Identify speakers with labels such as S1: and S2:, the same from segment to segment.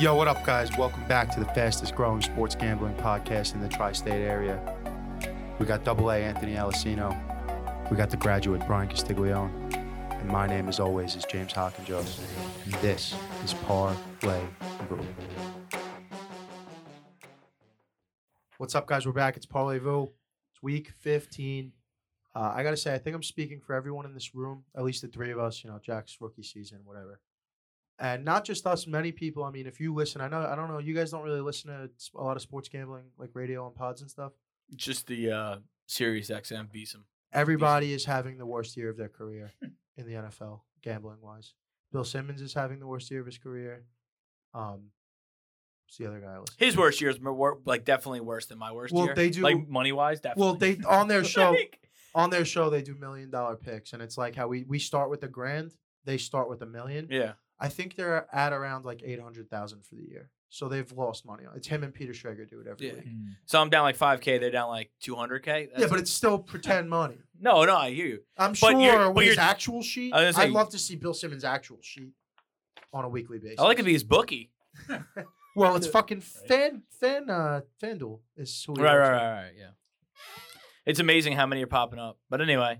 S1: Yo, what up, guys? Welcome back to the fastest growing sports gambling podcast in the tri state area. We got double A Anthony Alessino. We got the graduate Brian Castiglione. And my name, as always, is James Hawkinjoe. And this is Parlay Vu. What's up, guys? We're back. It's Parlay Vu. It's week 15. Uh, I got to say, I think I'm speaking for everyone in this room, at least the three of us, you know, Jack's rookie season, whatever and not just us many people i mean if you listen i know i don't know you guys don't really listen to s- a lot of sports gambling like radio and pods and stuff
S2: Just the uh, Sirius XM Visum.
S1: everybody is having the worst year of their career in the nfl gambling wise bill simmons is having the worst year of his career um what's the other guy I listen
S2: His worst year is mo- wor- like definitely worse than my worst
S1: Well,
S2: year.
S1: they do-
S2: like money wise. Definitely.
S1: well they on their show
S2: Like,
S1: on their show they do million dollar picks and it's like how we we start with a grand they start with a million
S2: yeah,
S1: I think they're at around like eight hundred thousand for the year, so they've lost money. on It's him and Peter Schrager do it every
S2: Yeah.
S1: week.
S2: Mm. so I'm down like five k. They're down like two hundred k.
S1: yeah, but it's still pretend money.
S2: no, no, I hear you.
S1: I'm
S2: But you're-
S1: sure
S2: but
S1: with his
S2: you're-
S1: actual sheet,
S2: I was gonna
S1: I'd
S2: say-
S1: love to see Bill Simmons' actual sheet on a weekly basis.
S2: I like to be his bookie.
S1: Well, it's fucking
S2: Right.
S1: fan fan uh FanDuel is who he
S2: Right,
S1: goes
S2: right,
S1: to.
S2: right, right. Yeah, it's amazing how many are popping up. But anyway,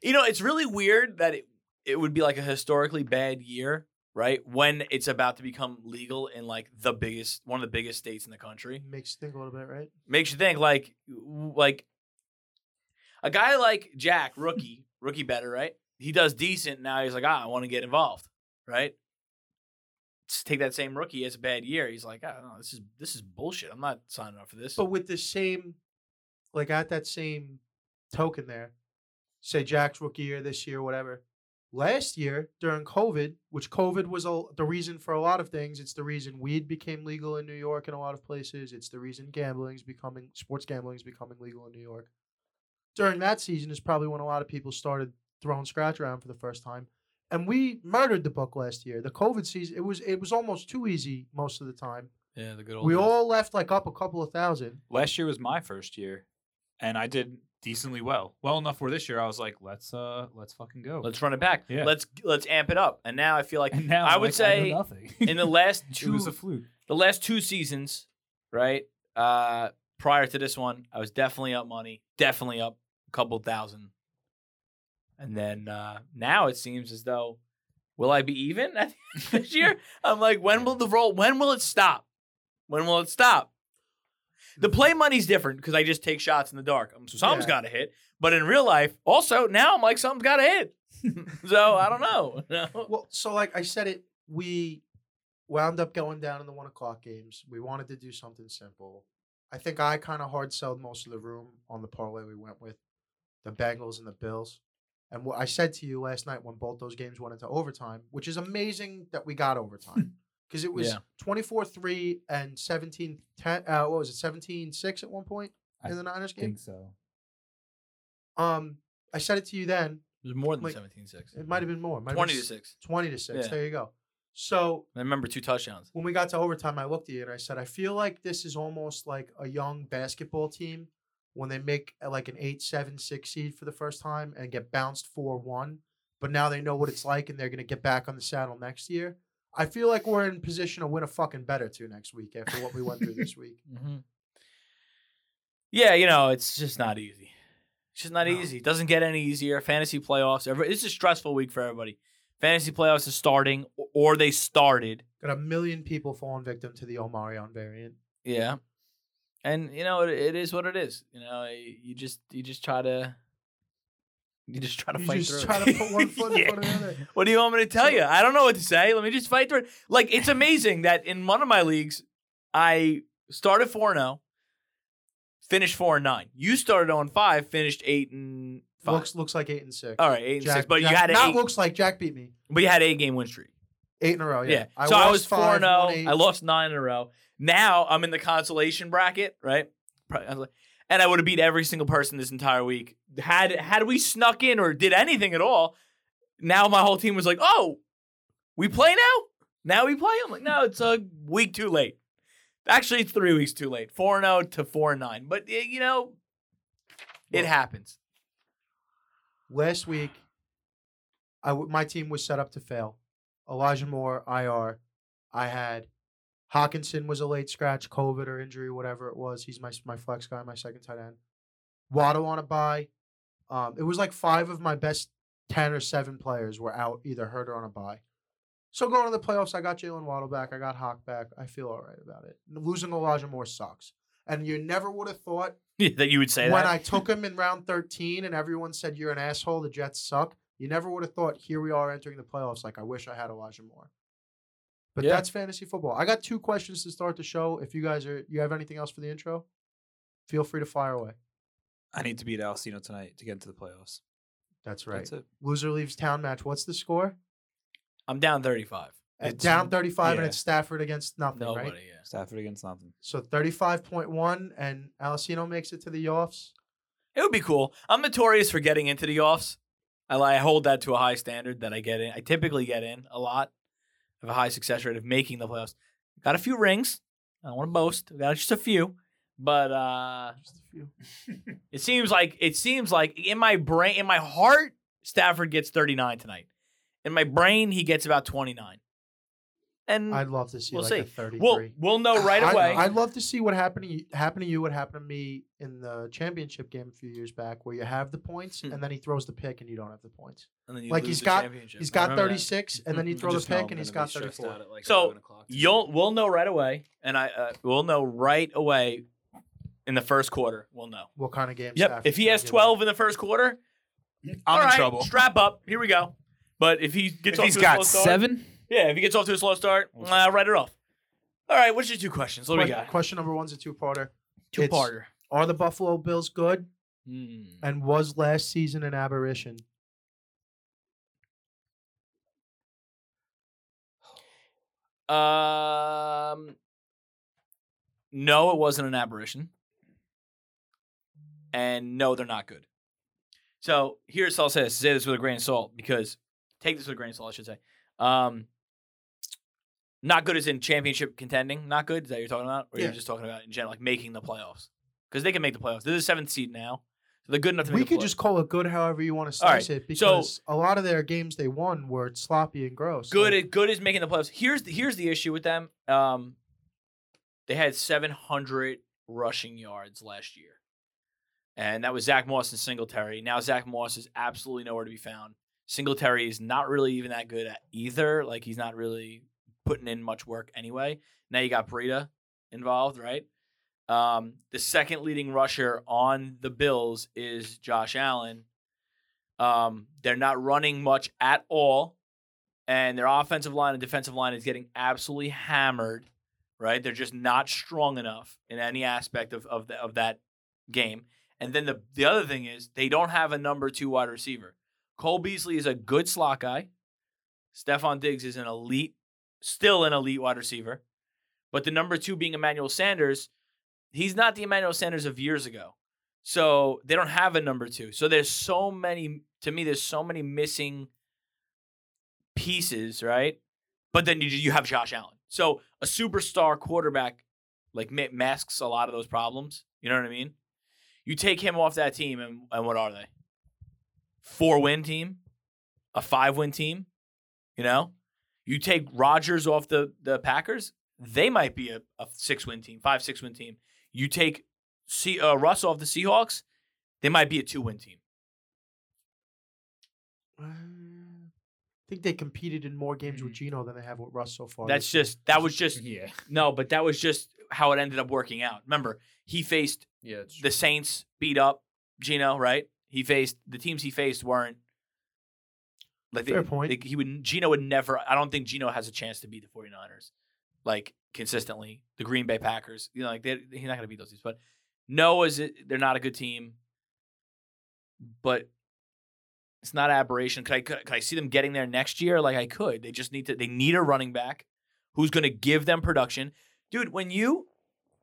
S2: you know, it's really weird that it it would be like a historically bad year, right? When it's about to become legal in like the biggest one of the biggest states in the country.
S1: Makes you think a little bit, right?
S2: makes you think like w- like a guy like Jack, rookie, rookie better, right? He does decent now. He's like, ah, I want to get involved, right? Just take that same rookie as a bad year. He's like, ah, no, this is this is bullshit. I'm not signing up for this.
S1: But with the same, like at that same token, there, say Jack's rookie year this year, whatever. Last year during COVID, which COVID was a, the reason for a lot of things, it's the reason weed became legal in New York in a lot of places. It's the reason gambling's becoming sports gambling's becoming legal in New York. During that season is probably when a lot of people started throwing scratch around for the first time. And we murdered the book last year. The COVID season, it was it was almost too easy most of the time.
S3: Yeah, the good old.
S1: We
S3: days.
S1: all left like up a couple of thousand.
S3: last year was my first year, and I did decently well, well enough where this year I was like, let's uh, let's fucking go.
S2: let's run it back.
S3: Yeah.
S2: Let's let's amp it up. And now I feel like
S3: and now
S2: I
S3: I'm
S2: would
S3: like,
S2: say
S3: know nothing.
S2: in the last
S3: it
S2: two
S3: was a fluke.
S2: the last two seasons, right? Uh prior to this one, I was definitely up money, definitely up a couple thousand. And then uh now it seems as though will I be even at the end of this year? I'm like, when will the roll when will it stop? When will it stop? The play money's different because I just take shots in the dark. Um, So something's
S1: Mm. Yeah.
S2: gotta hit. But in real life, also now I'm like something's gotta hit. so I don't know. No.
S1: Well, so like I said, it we wound up going down in the one o'clock games. We wanted to do something simple. I think I kind of hard sold most of the room on the parlay we went with, the Bengals and the Bills. And what I said to you last night when both those games went into overtime, which is amazing that we got overtime because it was
S2: Yeah.
S1: 24 3 and 17 10. Uh, what was it, 17 6 at one point
S3: I
S1: in the Niners game?
S3: think so.
S1: Um, I said it to you then.
S2: There's more than
S1: Like,
S2: seventeen six.
S1: It might have been more. Might have been
S2: Twenty to
S1: s-
S2: six.
S1: 20 to 6.
S2: Yeah.
S1: There you go. So
S2: I remember two touchdowns.
S1: when we got to overtime, I looked at you and I said, I feel like this is almost like a young basketball team when they make uh, like an eight, seven, six seed for the first time and get bounced 4 1. But now they know what it's like and they're going to get back on the saddle next year. I feel like we're in position to win a fucking better two next week after what we went through this week.
S2: Mm-hmm. Yeah, you know, it's just not easy. It's just not
S1: No.
S2: easy. It doesn't get any easier. Fantasy playoffs. Every, it's a stressful week for everybody. Fantasy playoffs is starting, o- or they started.
S1: Got a million people falling victim to the Omarion variant.
S2: Yeah, and you know, it, it is what it is. You know, you just you just try to you just try to
S1: You
S2: fight
S1: just
S2: through.
S1: try
S2: it.
S1: to put one foot in
S2: Yeah.
S1: front of the other.
S2: What do you want me to tell you? I don't know what to say. Let me just fight through it. Like it's amazing that in one of my leagues, I started four zero, finished four and nine. You started on five, finished eight and five.
S1: Looks, looks like eight and six.
S2: All right, eight and six. But you had an
S1: not
S2: eight,
S1: looks like Jack beat me.
S2: but you had eight game win streak.
S1: Eight in a row. Oh, Yeah.
S2: Yeah. so I was
S1: lost
S2: four
S1: five,
S2: and
S1: won eight.
S2: zero. I lost nine in a row. Now I'm in the consolation bracket, right? Probably- I was like- And I would have beat every single person this entire week. Had had we snuck in or did anything at all, now my whole team was like, "Oh, we play now? Now we play?" I'm like, "No, it's a week too late. Actually, it's three weeks too late. Four and zero to four and nine. But eh, you know, it
S1: Well-
S2: happens.
S1: last week, I w- my team was set up to fail. Elijah Moore, IR. I had Hawkinson was a late scratch, COVID or injury, whatever it was. He's my my flex guy, my second tight end. Waddle on a buy. Um, it was like five of my best ten or seven players were out, either hurt or on a buy. So going to the playoffs, I got Jalen Waddle back. I got Hawk back. I feel all right about it. Losing Elijah Moore sucks. And you never would have thought
S2: that you would say
S1: when
S2: that.
S1: I took him in round 13 and everyone said, You're an asshole, the Jets suck, you never would have thought, Here we are entering the playoffs. Like, I wish I had Elijah Moore. But
S2: Yeah.
S1: that's fantasy football. I got two questions to start the show. If you guys are, you have anything else for the intro? Feel free to fire away.
S3: I need to beat Alcino tonight to get into the playoffs.
S1: That's right.
S3: That's it.
S1: Loser leaves town match. What's the score?
S2: I'm down 35.
S1: At
S3: It's-
S1: down 35 and
S3: yeah.
S1: it's Stafford against nothing,
S2: Nobody.
S1: right?
S2: Yeah.
S3: Stafford against nothing.
S1: So 35.1 and Alessino makes it to the offs.
S2: It would be cool. I'm notorious for getting into the offs. I, li- I hold that to a high standard that I get in. I typically get in a lot. I have a high success rate of making the playoffs. Got a few rings. I don't want to boast. Got just a few, but uh,
S1: Just a few.
S2: it seems like it seems like in my brain, in my heart, Stafford gets 39 tonight. In my brain, he gets about 29. And
S1: I'd love to see
S2: Hmm. We'll
S1: like a
S2: see.
S1: 33.
S2: we'll we'll know right
S1: I'd-
S2: away.
S1: I'd, love to see what happened to you, happened to you, what happened to me in the championship game a few years back, where you have the points
S2: Hmm.
S1: and then he throws the pick and you don't have the points.
S2: And then you
S1: like,
S2: lose
S1: he's
S2: the
S1: got-
S2: championship.
S1: He's
S2: I
S1: got
S2: remember that.
S1: 36 and then he
S2: Mhm.
S1: throws the pick and he's got 34.
S2: So, You'll we'll know right away, and I uh, we'll know right away in the first quarter. We'll know.
S1: What kind of game?
S2: Yep.
S1: Stafford's
S2: If he
S1: gonna
S2: has
S1: give up?
S2: twelve in the first quarter, all
S3: I'm in
S2: right,
S3: trouble.
S2: Strap up. Here we go. But if he gets off
S3: he's
S2: to a
S3: got
S2: slow start,
S3: seven.
S2: yeah, if he gets off to a slow start,
S3: Okay.
S2: uh, write it off. All right. What's your two questions? What do we
S1: Que-
S2: got?
S1: Question number one's a two parter.
S2: Two parter.
S1: Are the Buffalo Bills good?
S2: Mm.
S1: And was last season an aberration?
S2: Um, no, it wasn't an aberration. And no, they're not good. So here's I'll say this. Say this with a grain of salt because take this with a grain of salt, I should say. Um, not good as in championship contending. Not good. Is that what you're talking about, or
S1: Yeah.
S2: you're just talking about in general, like making the playoffs? Because they can make the playoffs. They're the seventh seed now, so they're good enough to make.
S1: We
S2: the
S1: could
S2: play-
S1: just call it good however you want to
S2: All
S1: slice
S2: right,
S1: it
S2: so-
S1: because a lot of their games they won were sloppy and gross.
S2: good.
S1: Like,
S2: At, good is making the playoffs. Here's the, here's the issue with them. Um, they had 700 rushing yards last year, and that was Zach Moss and Singletary. Now Zach Moss is absolutely nowhere to be found. Singletary is not really even that good at either. Like he's not really putting in much work anyway. Now you got Breida involved, right? Um, the second leading rusher on the Bills is Josh Allen. Um, they're not running much at all and their offensive line and defensive line is getting absolutely hammered, right? They're just not strong enough in any aspect of of, the, of that game. And then the the other thing is they don't have a number two wide receiver. Cole Beasley is a good slot guy. Stephon Diggs is an elite, still an elite wide receiver. But the number two being Emmanuel Sanders, he's not the Emmanuel Sanders of years ago. So they don't have a number two. So there's so many, to me, there's so many missing pieces, right? But then you you have Josh Allen. So a superstar quarterback like ma- masks a lot of those problems. You know what I mean? You take him off that team, and, and what are they? Four win team, a five win team. You know, you take Rodgers off the the Packers, they might be a, a six win team, five six win team. You take C, uh, Russ off the Seahawks, they might be a two win team.
S1: uh, I think they competed in more games
S3: Mm.
S1: with Gino than they have with Russ so far.
S2: That's
S1: this year.
S2: just that was just
S3: Yeah.
S2: No, but that was just how it ended up working out. Remember, he faced
S3: Yeah.
S2: the Saints, beat up Gino, right? He faced the teams he faced weren't like they-
S1: Fair point.
S2: they- he would Gino would never I don't think Gino has a chance to beat the 49ers like consistently. The Green Bay Packers, you know, like they, he's not going to beat those teams, but no is it, they're not a good team. But it's not aberration. Could I could, could I see them getting there next year? Like I could. They just need to. They need a running back who's going to give them production, dude. When you,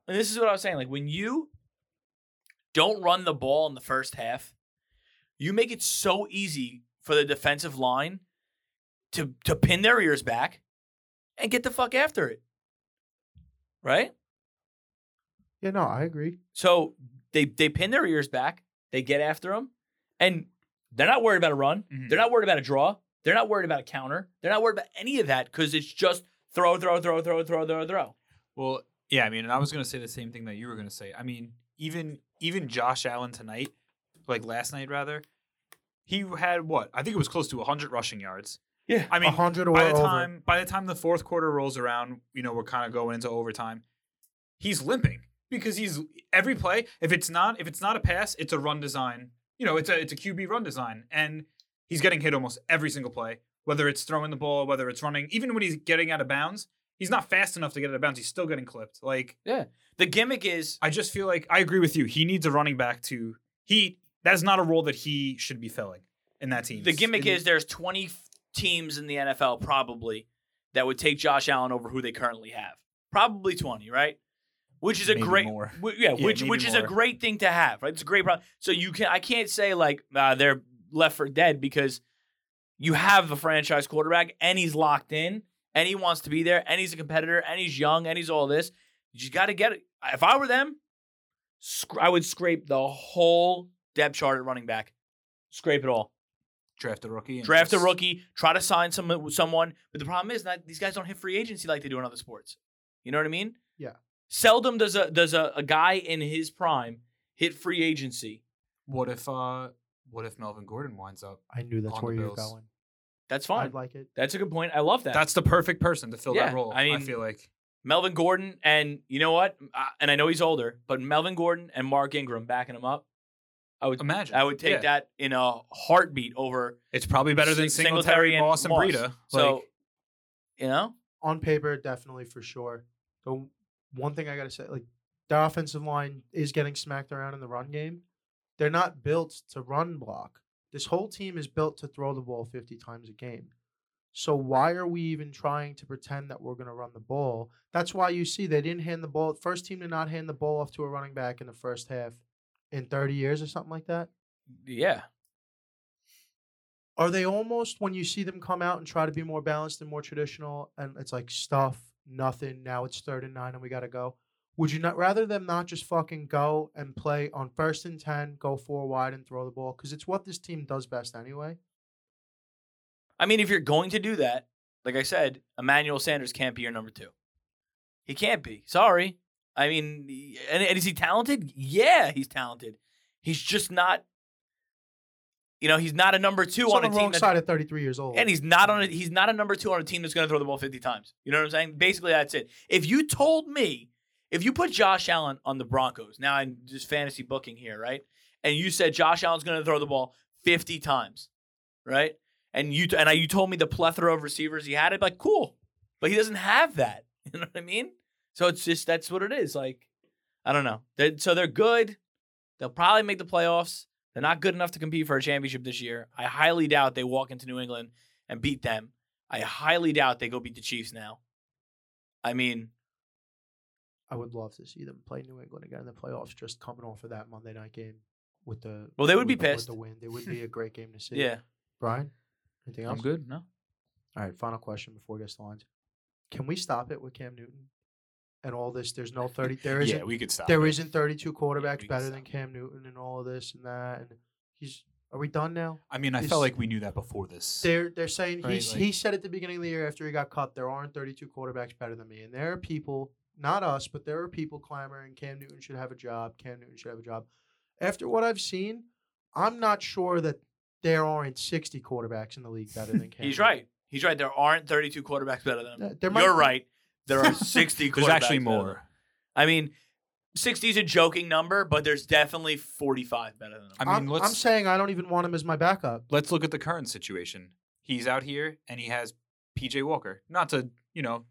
S2: and this is what I was saying, like when you don't run the ball in the first half, you make it so easy for the defensive line to to pin their ears back and get the fuck after it, right?
S1: yeah. No, I agree.
S2: So they they pin their ears back, they get after them, and they're not worried about a run.
S3: Mhm.
S2: They're not worried about a draw. They're not worried about a counter. They're not worried about any of that because it's just throw, throw, throw, throw, throw, throw, throw.
S3: Well, yeah, I mean, and I was gonna say the same thing that you were gonna say. I mean, even even Josh Allen tonight, like last night rather, he had what? I think it was close to 100 rushing yards.
S2: Yeah.
S3: I mean,
S1: 100 or
S3: by the
S1: over.
S3: time by the time the fourth quarter rolls around, you know, we're kind of going into overtime. He's limping because he's every play. If it's not if it's not a pass, it's a run design. You know, it's a it's a QB run design, and he's getting hit almost every single play. Whether it's throwing the ball, whether it's running, even when he's getting out of bounds, he's not fast enough to get out of bounds. He's still getting clipped. Like
S2: The gimmick is
S3: I just feel like I agree with you. He needs a running back to he. That is not a role that he should be filling in that team.
S2: the gimmick
S3: In-
S2: is there's 20 f- teams in the NFL probably that would take Josh Allen over who they currently have. Probably 20, right? Which is a
S3: Maybe
S2: great
S3: more.
S2: wh- yeah,
S3: Yeah,
S2: which
S3: maybe
S2: which is a
S3: more.
S2: great thing to have, right? It's a great problem. So you can I can't say like uh, they're left for dead because you have a franchise quarterback and he's locked in and he wants to be there and he's a competitor and he's young and he's all this. You just got to get it. If I were them, sc- I would scrape the whole depth chart at running back. Scrape it all
S3: draft a rookie. and
S2: draft a
S3: just-
S2: rookie, try to sign some uh, someone. But the problem is that these guys don't hit free agency like they do in other sports. You know what I mean?
S1: Yeah.
S2: Seldom does a does a, a guy in his prime hit free agency.
S3: What if uh what if Melvin Gordon winds up?
S1: I knew that's
S3: on the
S1: where you were
S3: Bills.
S1: going.
S2: That's fine.
S1: I'd like it.
S2: That's a good point. I love that.
S3: That's the perfect person to fill
S2: Yeah,
S3: that role.
S2: I
S3: I,
S2: mean-
S3: feel like
S2: Melvin Gordon and you know what? Uh, and I know he's older, but Melvin Gordon and Mark Ingram backing him up. I would
S3: imagine
S2: I would take
S3: Yeah.
S2: that in a heartbeat over
S3: It's probably better than
S2: Sing-
S3: Singletary,
S2: Singletary
S3: Moss,
S2: and
S3: and
S2: Moss.
S3: Breida.
S2: so
S3: Like,
S2: you know?
S1: On paper, definitely for sure. The one thing I gotta say, like their offensive line is getting smacked around in the run game. They're not built to run block. This whole team is built to throw the ball 50 times a game. So why are we even trying to pretend that we're going to run the ball? That's why you see they didn't hand the ball. First team to not hand the ball off to a running back in the first half in 30 years or something like that.
S2: Yeah.
S1: are they almost when you see them come out and try to be more balanced and more traditional and it's like stuff nothing now it's third and nine and we gotta go would you not rather them not just fucking go and play on first and ten go four wide and throw the ball because it's what this team does best anyway
S2: I mean, if you're going to do that, like I said, Emmanuel Sanders can't be your number two. He can't be. Sorry. I mean, and, and is he talented? Yeah, he's talented. He's just not. You know, he's not a number two
S1: He's on,
S2: on a
S1: the
S2: team
S1: wrong
S2: that's
S1: side at 33 years old
S2: and he's not on a, he's not a number two on a team that's going to throw the ball 50 times. You know what I'm saying? Basically, that's it. If you told me, if you put Josh Allen on the Broncos, now I'm just fantasy booking here, right? And you said Josh Allen's going to throw the ball 50 times, right? And you and I, you told me the plethora of receivers he had. I'd be like, cool, but he doesn't have that. You know what I mean? So it's just that's what it is. Like, I don't know. They're, so they're good. They'll probably make the playoffs. They're not good enough to compete for a championship this year. I highly doubt they walk into New England and beat them. I highly doubt they go beat the Chiefs now. I mean,
S1: i would love to see them play new england again in the playoffs just coming off of that monday night game with the
S2: Well, they would be
S1: with the- with
S2: pissed.
S1: the win it would be a great game to see
S2: yeah.
S1: brian anything else
S3: good. No,
S1: All right, final question before we get to the lines. Can we stop it with Cam Newton and all this? There's no 30. There isn't.
S3: we could stop.
S1: there isn't 32
S3: we
S1: quarterbacks
S3: can
S1: better than
S3: stop it.
S1: Cam Newton and all of this and that. And he's. Are we done now?
S3: I mean, I
S1: This-
S3: felt like we knew that before this.
S1: They're they're saying
S3: Right,
S1: he's,
S3: like-
S1: he said at the beginning of the year after he got cut, there aren't 32 quarterbacks better than me, and there are people, not us, but there are people clamoring Cam Newton should have a job. Cam Newton should have a job. After what I've seen, I'm not sure that there aren't 60 quarterbacks in the league better than Cam.
S2: He's
S1: Newton.
S2: right. He's right. There aren't 32 quarterbacks better than him.
S1: Uh, there might
S2: You're
S1: be-
S2: right. There are 60 quarterbacks.
S3: There's actually
S2: better than him.
S3: more.
S2: I mean, 60 is a joking number, but there's definitely 45 better than him.
S3: I mean,
S1: I mean, I'm,
S3: let's
S1: I'm saying I don't even want him as my backup.
S3: let's look at the current situation. He's out here and he has PJ Walker. Not to, you know,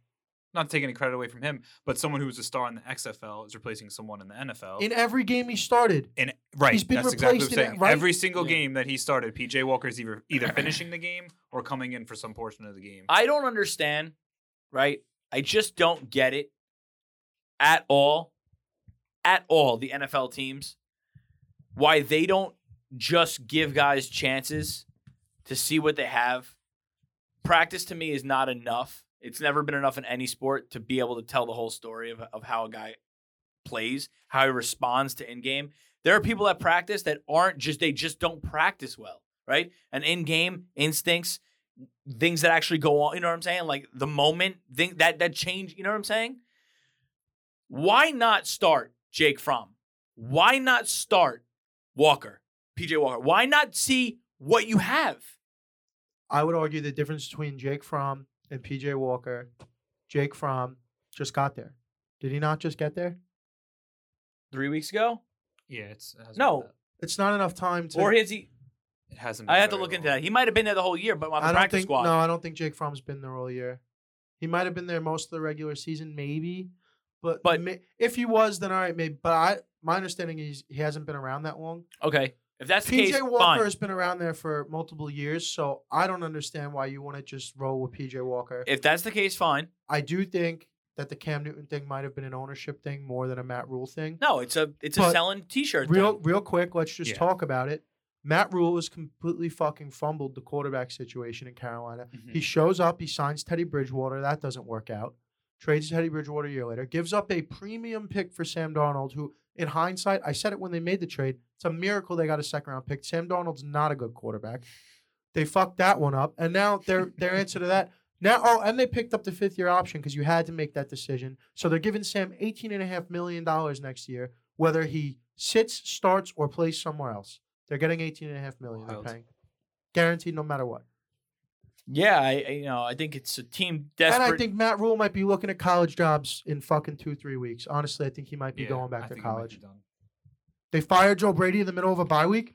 S3: not to take any credit away from him, but someone who was a star in the XFL is replacing someone in the
S2: Oh.
S3: NFL.
S1: In every game he started,
S3: and right,
S1: he's been
S3: that's exactly what
S1: replaced
S3: I'm
S1: in
S3: saying.
S1: it, right?
S3: Every single
S2: Yeah.
S3: game that he started, PJ Walker's either either finishing the game or coming in for some portion of the game.
S2: I don't understand, right? I just don't get it at all, at all, the NFL teams, why they don't just give guys chances to see what they have. Practice to me is not enough. It's never been enough in any sport to be able to tell the whole story of, of how a guy plays, how he responds to in game. There are people that practice that aren't just, they just don't practice well, right? And in game instincts, things that actually go on. You know what I'm saying? Like the moment thing that that change. You know what I'm saying? Why not start Jake Fromm? Why not start Walker, PJ Walker? Why not see what you have?
S1: I would argue the difference between Jake Fromm and PJ Walker. Jake Fromm just got there. Did he not just get there?
S2: Three weeks ago,
S3: Yeah, it's it hasn't
S2: No.
S3: been
S1: It's not enough time to.
S2: or has he?
S3: that- It hasn't. Been
S2: I have to
S3: very
S2: look into
S3: long.
S2: that. He might have been there the whole year, but on
S1: I
S2: the
S1: don't
S2: practice
S1: think.
S2: squad.
S1: No, I don't think Jake Fromm's been there all year. He might have been there most of the regular season, maybe. But
S2: But-
S1: ma- if he was, then all right, maybe. But I, my understanding is he hasn't been around that long.
S2: Okay, if that's the
S1: PJ
S2: case,
S1: Walker
S2: fine.
S1: has been around there for multiple years, so I don't understand why you want to just roll with PJ Walker.
S2: If that's the case, fine.
S1: I do think that the Cam Newton thing might have been an ownership thing more than a Matt Rule thing.
S2: No, it's a it's a
S1: But
S2: selling T-shirt.
S1: real
S2: thing.
S1: real quick, let's just
S3: Yeah.
S1: talk about it. Matt Rule has completely fucking fumbled the quarterback situation in Carolina.
S2: Mm-hmm.
S3: Mhm.
S1: He shows up, he signs Teddy Bridgewater, that doesn't work out. Trades Teddy Bridgewater a year later, gives up a premium pick for Sam Darnold, who in hindsight, I said it when they made the trade, it's a miracle they got a second round pick. Sam Darnold's not a good quarterback. They fucked that one up. And now their their answer to that now oh, and they picked up the fifth year option because you had to make that decision. So they're giving Sam eighteen and a half million dollars next year, whether he sits, starts, or plays somewhere else. They're getting eighteen and a half million they're
S3: Wild.
S1: paying. Guaranteed no matter what.
S2: yeah, I, I- you know, I think it's a team desperate.
S1: And I think Matt Rule might be looking at college jobs in fucking two, three weeks. Honestly, I think he might be
S3: Yeah,
S1: going back
S3: I
S1: to
S3: think it might be
S1: college.
S3: done.
S1: They fired Joe Brady in the middle of a bye week.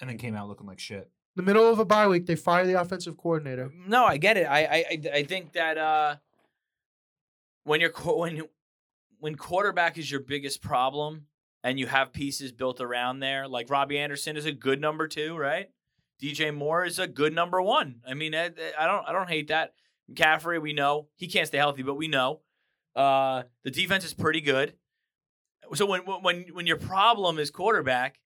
S3: And then came out looking like shit.
S1: The middle of a bye week, they fire the offensive coordinator.
S2: No, I get it. I I I- I think that uh, when you're qu- when when quarterback is your biggest problem, and you have pieces built around there, like Robbie Anderson is a good number two, right? DJ Moore is a good number one. I mean, I, I don't I don't hate that. McCaffrey, we know he can't stay healthy, but we know uh, the defense is pretty good. So when when- when when your problem is quarterback,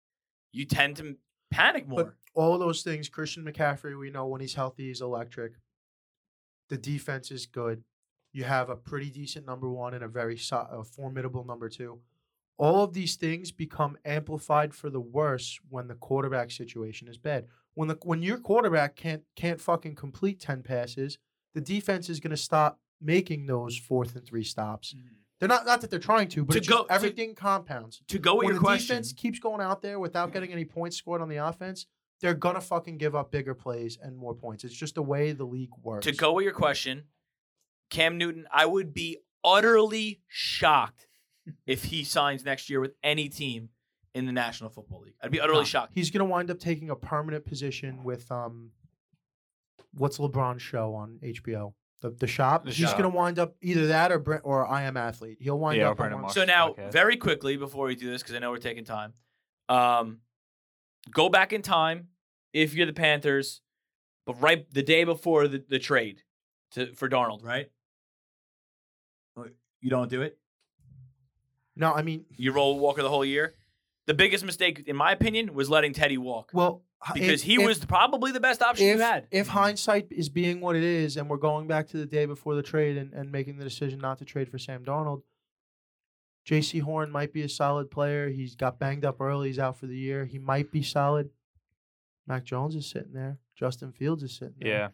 S2: you tend to panic more.
S1: All those things, Christian McCaffrey, we know when he's healthy, he's electric. The defense is good. You have a pretty decent number one and a very so- a formidable number two. All of these things become amplified for the worse when the quarterback situation is bad. When the when your quarterback can't can't fucking complete ten passes, the defense is going to stop making those fourth and three stops. They're not not that they're trying to, but
S2: To
S1: it's just
S2: go- to-
S1: everything compounds
S2: to go with
S1: when
S2: Oh, your
S1: the
S2: question,
S1: defense keeps going out there without getting any points scored on the offense, they're gonna fucking give up bigger plays and more points. It's just the way the league works.
S2: to go with your question, Cam Newton, I would be utterly shocked if he signs next year with any team in the National Football League. I'd be utterly
S3: No.
S2: shocked.
S1: he's gonna wind up taking a permanent position with um, what's LeBron's show on HBO? The the shop.
S3: The
S1: he's
S3: Shop.
S1: gonna wind up either that or Brent, or I am athlete. He'll wind
S3: Yeah, or
S1: up. on
S3: Brandon
S1: one-
S3: Marshall.
S2: So now,
S3: podcast.
S2: very quickly before we do this, because I know we're taking time, um, go back in time if you're the Panthers, but right the day before the, the trade to for Darnold, right? You don't do it.
S1: No, I mean,
S2: You roll Walker the whole year. The biggest mistake, in my opinion, was letting Teddy walk.
S1: well, h-
S2: because
S1: if-
S2: he
S1: Uh, if-
S2: was probably the best option
S1: if,
S2: you had.
S1: if hindsight is being what it is, and we're going back to the day before the trade and, and making the decision not to trade for Sam Darnold, J.C. Horn might be a solid player. He's got banged up early. He's out for the year. He might be solid. Mac Jones is sitting there. Justin Fields is sitting there.
S3: Yeah.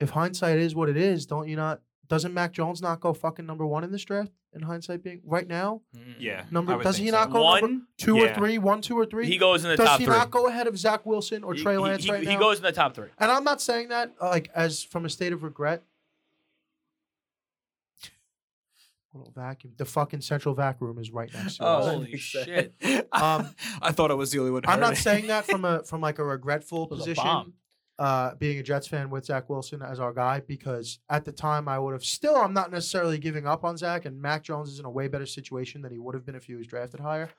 S1: If hindsight is what it is, don't you not? Doesn't Mac Jones not go fucking number one in this draft? In hindsight, being right now,
S3: Yeah.
S1: Number-
S3: I would
S1: does
S3: think
S1: he
S3: so.
S1: not go number-
S2: One,
S1: two or
S3: Yeah.
S1: three, one, two or three.
S2: he goes in the
S1: Does
S2: top
S1: he
S2: three.
S1: not go ahead of Zach Wilson or
S2: He-
S1: Trey
S2: he-
S1: Lance
S2: he,
S1: right
S2: he
S1: now?
S2: goes in the top three.
S1: And I'm not saying that uh, like as from a state of regret. Little vacuum. The fucking central vac room is right next to
S2: Oh,
S1: us.
S2: holy shit.
S1: Um,
S3: I thought I was the only one.
S1: I'm not
S3: hurting.
S1: saying that from a from like a regretful
S2: It was a
S1: position.
S2: bomb.
S1: Uh, being a Jets fan with Zach Wilson as our guy, because at the time I would have still I'm not necessarily giving up on Zach, and Mac Jones is in a way better situation than he would have been if he was drafted higher.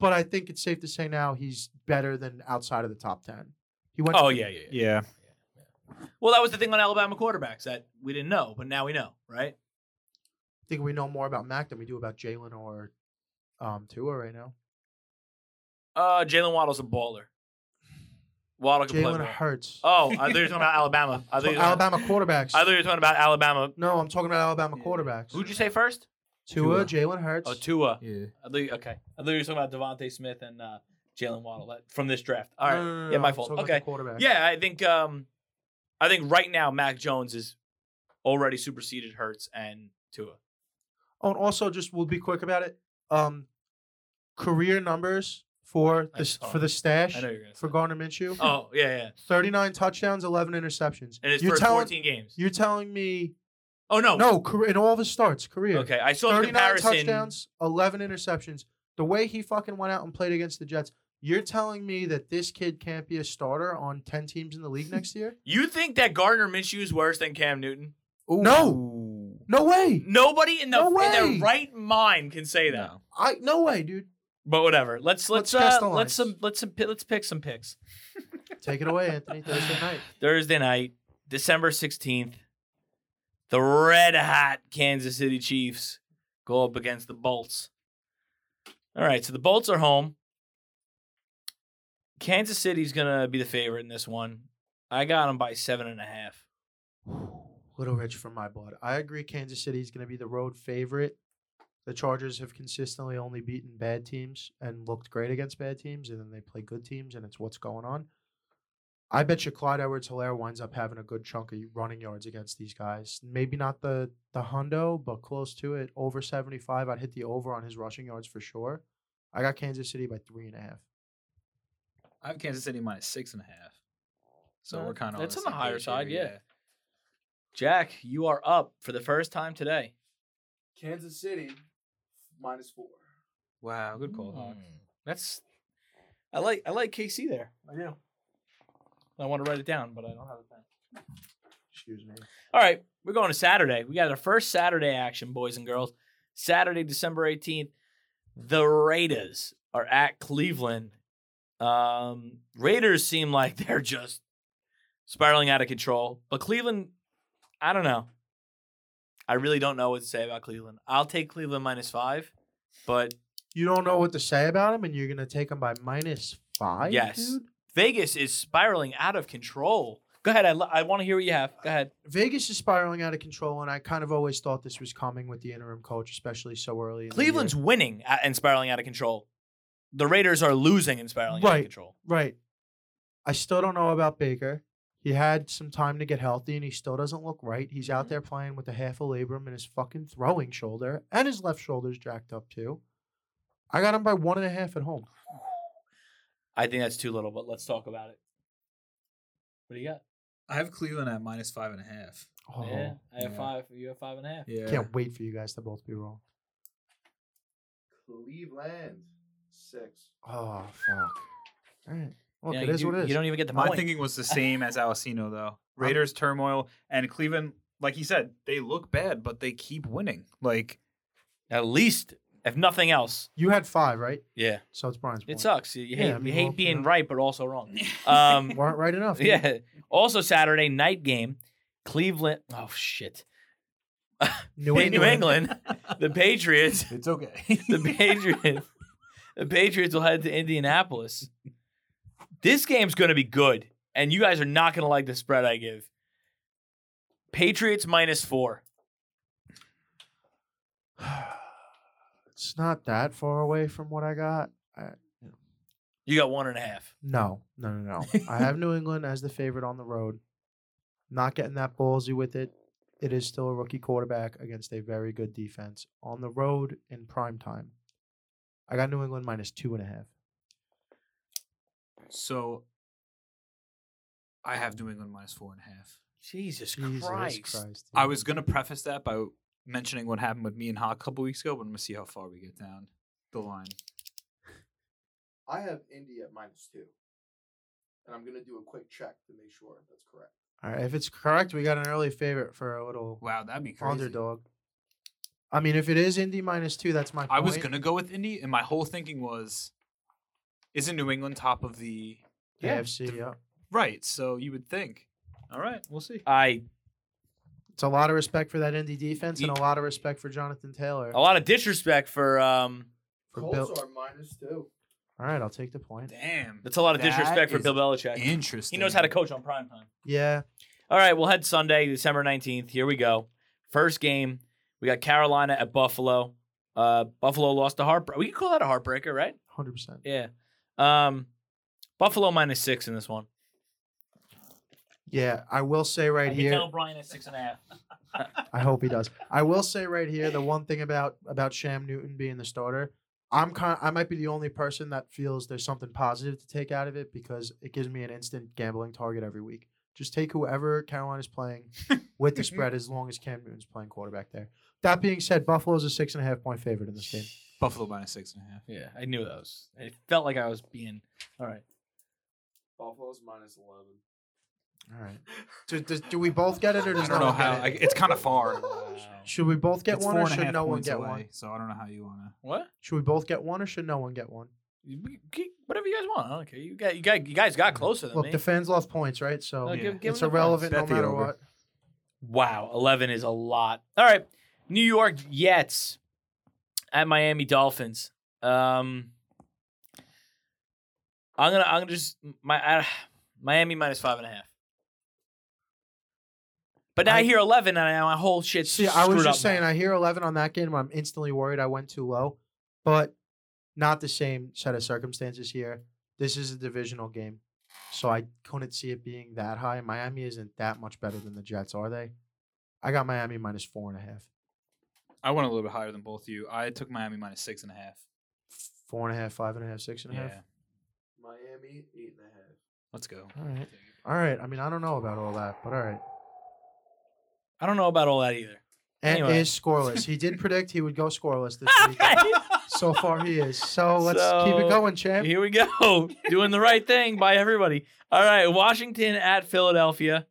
S1: But I think it's safe to say now he's better than outside of the top ten. He went
S2: Oh yeah, yeah, yeah,
S3: Yeah.
S2: Well, that was the thing on Alabama quarterbacks that we didn't know, but now we know, right?
S1: I think we know more about Mac than we do about Jalen or um, Tua right now.
S2: Uh, Jalen Waddle's a baller. Waddle can play.
S1: Jalen
S2: ball.
S1: Hurts.
S2: Oh, I thought you were talking about Alabama. I thought you were talking-
S1: Alabama quarterbacks.
S2: I thought you were talking about Alabama.
S1: no, I'm talking about Alabama
S3: Yeah.
S1: quarterbacks.
S2: Who'd you say first?
S1: Tua, Jalen Hurts.
S2: Oh, Tua.
S3: Yeah.
S2: I thought you- okay. I thought you were talking about Devontae Smith and uh, Jalen Waddle that- from this draft. All right.
S1: No, no, no,
S2: yeah,
S1: no,
S2: my
S1: I'm
S2: fault.
S1: talking about the
S2: Okay.
S1: Quarterback.
S2: Yeah, I think um I think right now Mac Jones is already superseded Hurts and Tua.
S1: Oh, and also just we'll be quick about it. Um, career numbers for
S2: I
S1: the s-
S2: saw
S1: for
S2: it.
S1: the stash
S2: I know you're gonna.
S1: for
S2: say.
S1: Garner Minshew.
S2: Oh yeah, yeah.
S1: 39 touchdowns, 11 interceptions.
S2: And his
S1: you're
S2: first
S1: telling
S2: 14 games.
S1: you're telling me
S2: oh no.
S1: no career, in all of his starts career.
S2: Okay, I saw a
S1: 39
S2: comparison.
S1: touchdowns, 11 interceptions. The way he fucking went out and played against the Jets. You're telling me that this kid can't be a starter on 10 teams in the league next year?
S2: You think that Gardner Minshew is worse than Cam Newton?
S1: No. No way.
S2: Nobody in the
S1: No
S2: in
S1: way.
S2: their right mind can say that.
S3: No.
S1: I no way, dude.
S2: But whatever. Let's
S1: Let's
S2: let's
S1: guess
S2: let's
S1: the
S2: uh, let's
S1: lines.
S2: some let's some, pi- let's pick some picks.
S1: Take it away, Anthony. Thursday night.
S2: Thursday night, December 16th, the red hot Kansas City Chiefs go up against the Bolts. All right, so the Bolts are home. Kansas City's going to be the favorite in this one. I got them by seven and a half.
S1: Little rich for my blood. I agree. Kansas City is going to be the road favorite. The Chargers have consistently only beaten bad teams and looked great against bad teams, and then they play good teams, and it's what's going on. I bet you Clyde Edwards Hilaire winds up having a good chunk of running yards against these guys. Maybe not the the hundo, but close to it. Over 75. I'd hit the over on his rushing yards for sure. I got Kansas City by three and a half.
S3: I have Kansas City minus six and a half. So
S2: Uh,
S3: we're kind of
S2: that's on
S3: on the,
S2: the
S3: same
S2: higher
S3: page
S2: side,
S3: here,
S2: yeah. Jack, you are up for the first time today.
S4: Kansas City minus four.
S3: Wow, good call, Hawk.
S2: That's I like I like KC there. I do. I want to write it down, but I don't have a pen.
S1: Excuse me.
S2: All right, we're going to Saturday. We got our first Saturday action, boys and girls. Saturday, December 18th. The Raiders are at Cleveland. Um, Raiders seem like they're just spiraling out of control. But Cleveland, I don't know. I really don't know what to say about Cleveland. I'll take Cleveland minus five, but
S1: You don't know what to say about him, and you're going to take him by minus five?
S2: Yes.
S1: dude?
S2: Vegas is spiraling out of control. Go ahead. I, lo- I want to hear what you have. Go ahead.
S1: Vegas is spiraling out of control, and I kind of always thought this was coming with the interim coach, especially so early. in the year.
S2: Cleveland's winning a- and spiraling out of control. The Raiders are losing and spiraling out
S1: Right.
S2: of control.
S1: right. I still don't know about Baker. He had some time to get healthy, and he still doesn't look right. He's
S2: Mm-hmm.
S1: out there playing with a half a labrum in his fucking throwing shoulder, and his left shoulder's jacked up too. I got him by one and a half at home.
S2: I think that's too little, but let's talk about it. What do you got?
S3: I have Cleveland at minus five and a half.
S1: Oh,
S2: yeah, I have
S3: yeah.
S2: five. You have five and a half.
S3: Yeah.
S1: can't wait for you guys to both be wrong.
S4: Cleveland six.
S1: Oh fuck! All right, look,
S2: Yeah,
S1: it
S2: you
S1: is
S2: do-
S1: what it is.
S2: You don't even get the
S3: My
S2: point.
S3: thinking was the same as Alessino, though. Raiders turmoil and Cleveland, like he said, they look bad, but they keep winning. Like
S2: At least, if nothing else.
S1: You had five, right?
S2: Yeah.
S1: So it's Brian's. Point.
S2: It sucks. You, you
S1: Yeah,
S2: hate,
S1: I mean,
S2: you hate
S1: well,
S2: being
S1: yeah.
S2: right, but also wrong. Um,
S1: Weren't right enough. dude.
S2: yeah. Also, Saturday night game, Cleveland. Oh, shit.
S1: New
S2: New England, the Patriots
S3: it's okay.
S2: the Patriots. the Patriots will head to Indianapolis. This game's going to be good, and you guys are not going to like the spread I give. Patriots minus four.
S1: it's not that far away from what I got.
S2: You got one and a half.
S1: No, no, no, no. I have New England as the favorite on the road. Not getting that ballsy with it. It is still a rookie quarterback against a very good defense on the road in prime time. I got New England minus two and a half.
S3: so I have New England minus four and a half.
S2: Jesus,
S1: Jesus
S2: Christ.
S1: Christ.
S3: I was gonna preface that by mentioning what happened with me and Hawk a couple weeks ago, but I'm gonna see how far we get down the line.
S4: I have Indy at minus two. And I'm gonna do a quick check to make sure that's correct.
S1: All right, if it's correct, we got an early favorite for a little
S3: Wow, that'd be crazy.
S1: underdog. I mean, if it is Indy minus two, that's my point.
S3: I was gonna go with Indy, and my whole thinking was, isn't New England top of the
S2: Yeah.
S1: AFC, yeah.
S3: right? So you would think. All right, we'll see.
S2: I
S1: It's a lot of respect for that Indy defense and
S2: Ye-
S1: a lot of respect for Jonathan Taylor.
S3: Oh,
S2: a lot of disrespect for um.
S1: For
S4: Colts
S1: Bill-
S4: are minus two.
S1: All right, I'll take the point.
S3: Damn,
S2: That's a lot of
S3: That
S2: disrespect for
S3: is
S2: Bill Belichick.
S3: interesting.
S2: He knows how to coach on prime time.
S1: Yeah,
S2: All right, we'll head Sunday, December 19th. Here we go. First game, we got Carolina at Buffalo. Uh, Buffalo lost a heartbreaker. We can call that a heartbreaker, right?
S1: hundred percent.
S2: Yeah. Um, Buffalo minus six in this one.
S1: Yeah, I will say right here.
S2: Brian at six and a half.
S1: I hope he does. I will say right here the one thing about about Sham Newton being the starter, I'm kind I might be the only person that feels there's something positive to take out of it because it gives me an instant gambling target every week. Just take whoever Carolina's playing with the spread as long as Cam Newton's playing quarterback there. That being said, Buffalo's a six and a half point favorite in this game.
S3: Buffalo minus six and a half.
S2: Yeah, I knew that was. It felt like I was being all right.
S4: Buffalo's minus eleven.
S1: All right. Do, does, do we both get it or does
S3: I don't
S1: no
S3: know
S1: one get
S3: how.
S1: it?
S3: I, it's kind of far.
S1: Oh, Should we both get
S3: it's
S1: one
S3: four
S1: or
S3: and a
S1: should
S3: half
S1: no one
S3: points
S1: get
S3: away,
S1: one?
S3: So I don't know how you wanna.
S2: What?
S1: Should we both get one or should no one get one?
S2: You- you- you- Whatever you guys want. I don't care. You got you got you guys got closer than
S1: Look,
S2: me.
S1: the fans love points, right? So
S2: No,
S3: yeah.
S2: give, give
S1: it's
S2: them the points.
S1: irrelevant no
S3: Bet the
S1: matter
S3: over.
S1: what.
S2: Wow, eleven is a lot. All right, New York Jets at Miami Dolphins. Um, I'm gonna I'm gonna just my I, Miami minus five and a half. But now I,
S1: I-
S2: hear eleven, and I, my whole shit.
S1: See, I was
S2: screwed
S1: just
S2: up
S1: saying,
S2: now.
S1: I hear 11 on that game. I'm instantly worried I went too low, but not the same set of circumstances here. This is a divisional game, so I couldn't see it being that high. Miami isn't that much better than the Jets, are they? I got Miami minus four and a half.
S3: I went a little bit higher than both of you. I took Miami minus six and a half.
S1: Four and a half, five and a half, six and a half.
S3: Yeah.
S4: Miami eight and a half.
S3: Let's go.
S1: All right. All right. I mean, I don't know about all that, but all right.
S2: I don't know about all that either.
S1: And
S2: Anyway.
S1: is scoreless. He did predict he would go scoreless this
S2: All
S1: week.
S2: right,
S1: So far, he is. So let's keep
S2: So,
S1: it going, champ.
S2: here we go, doing the right thing by everybody. All right, Washington at Philadelphia.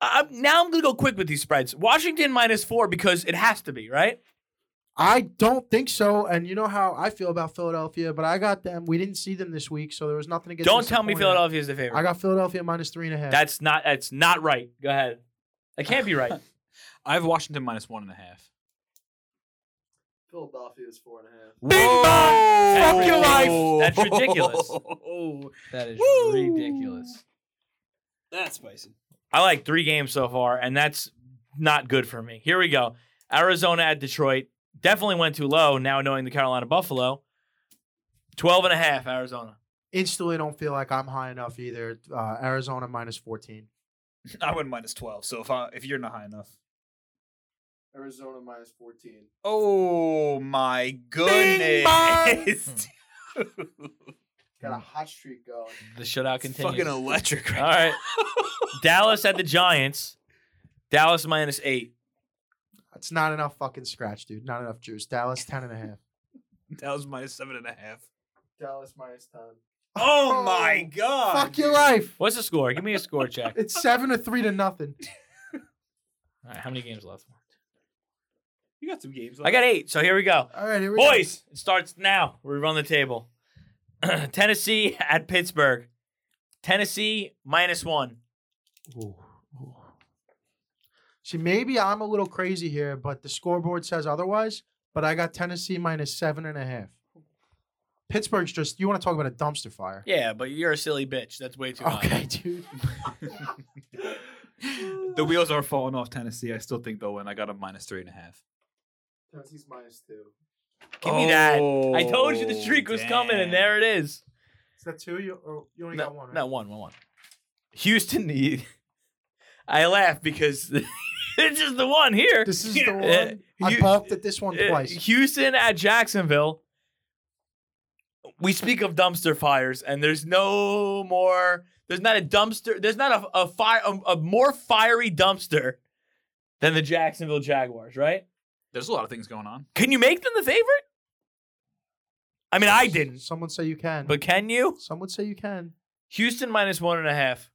S2: I, I'm- now I'm gonna go quick with these spreads. Washington minus four because it has to be right.
S1: I don't think so. And you know how I feel about Philadelphia, but I got them. We didn't see them this week, so there was nothing to get.
S2: Don't tell me
S1: disappointed.
S2: Philadelphia is the favorite.
S1: I got Philadelphia minus three and a half.
S2: that's not that's not right. Go ahead. That can't be right.
S3: I have Washington minus one and a half.
S4: Philadelphia is four and a half.
S2: Bing bong! Fuck your life!
S3: Whoa!
S2: That's ridiculous. that is
S3: ridiculous.
S5: That's spicy.
S2: I like three games so far, and that's not good for me. Here we go. Arizona at Detroit. Definitely went too low now knowing the Carolina Buffalo. 12 and a half, Arizona.
S1: Instantly, don't feel like I'm high enough either. Uh, Arizona minus fourteen.
S3: I went minus twelve. So if I, if you're not high enough.
S4: Arizona minus fourteen.
S1: Mm.
S3: Oh my
S2: bong!
S3: goodness!
S4: Got a hot streak going.
S2: The shutout
S3: It's
S2: continues.
S3: fucking electric.
S2: All right. Dallas at the Giants. Dallas minus eight.
S1: It's not enough fucking scratch, dude. Not enough juice. Dallas ten and a half.
S3: That was minus seven and a half.
S4: Dallas minus ten.
S3: Oh, my god!
S1: Fuck your life.
S2: What's the score? Give me a score check.
S1: It's seven to three to nothing.
S2: All right, how many games left?
S3: You got some games.
S2: I got eight, so here we go.
S1: All right, here we
S2: Boys, it starts now. We run the table. Tennessee at Pittsburgh. Tennessee minus one.
S1: go. Ooh, ooh. See, maybe I'm a little crazy here, but the scoreboard says otherwise. But I got Tennessee minus seven and a half. Pittsburgh's just, you want to talk about a dumpster fire.
S2: Yeah, but you're a silly bitch. That's way too high.
S1: Okay, dude.
S3: the wheels are falling off Tennessee. I still think they'll win. I got a minus three and a half.
S4: Tennessee's minus two.
S2: Give me that. I
S3: Oh,
S2: told you the streak was coming, and there it is.
S1: Is that two? You, or you only
S2: No,
S1: got one, right?
S2: no, one, one, one. Houston, you- I laugh because it's just the one here.
S1: This is the one.
S2: Uh,
S1: I
S2: you-
S1: balked at this one
S2: Uh,
S1: twice.
S2: Houston at Jacksonville. We speak of dumpster fires, and there's no more. There's not a dumpster. There's not a a fire a, a more fiery dumpster than the Jacksonville Jaguars, right?
S3: There's a lot of things going on.
S2: Can you make them the favorite? I mean, I didn't,
S1: Some would say you can.
S2: but can you?
S1: some would say you can.
S2: Houston minus one and a half.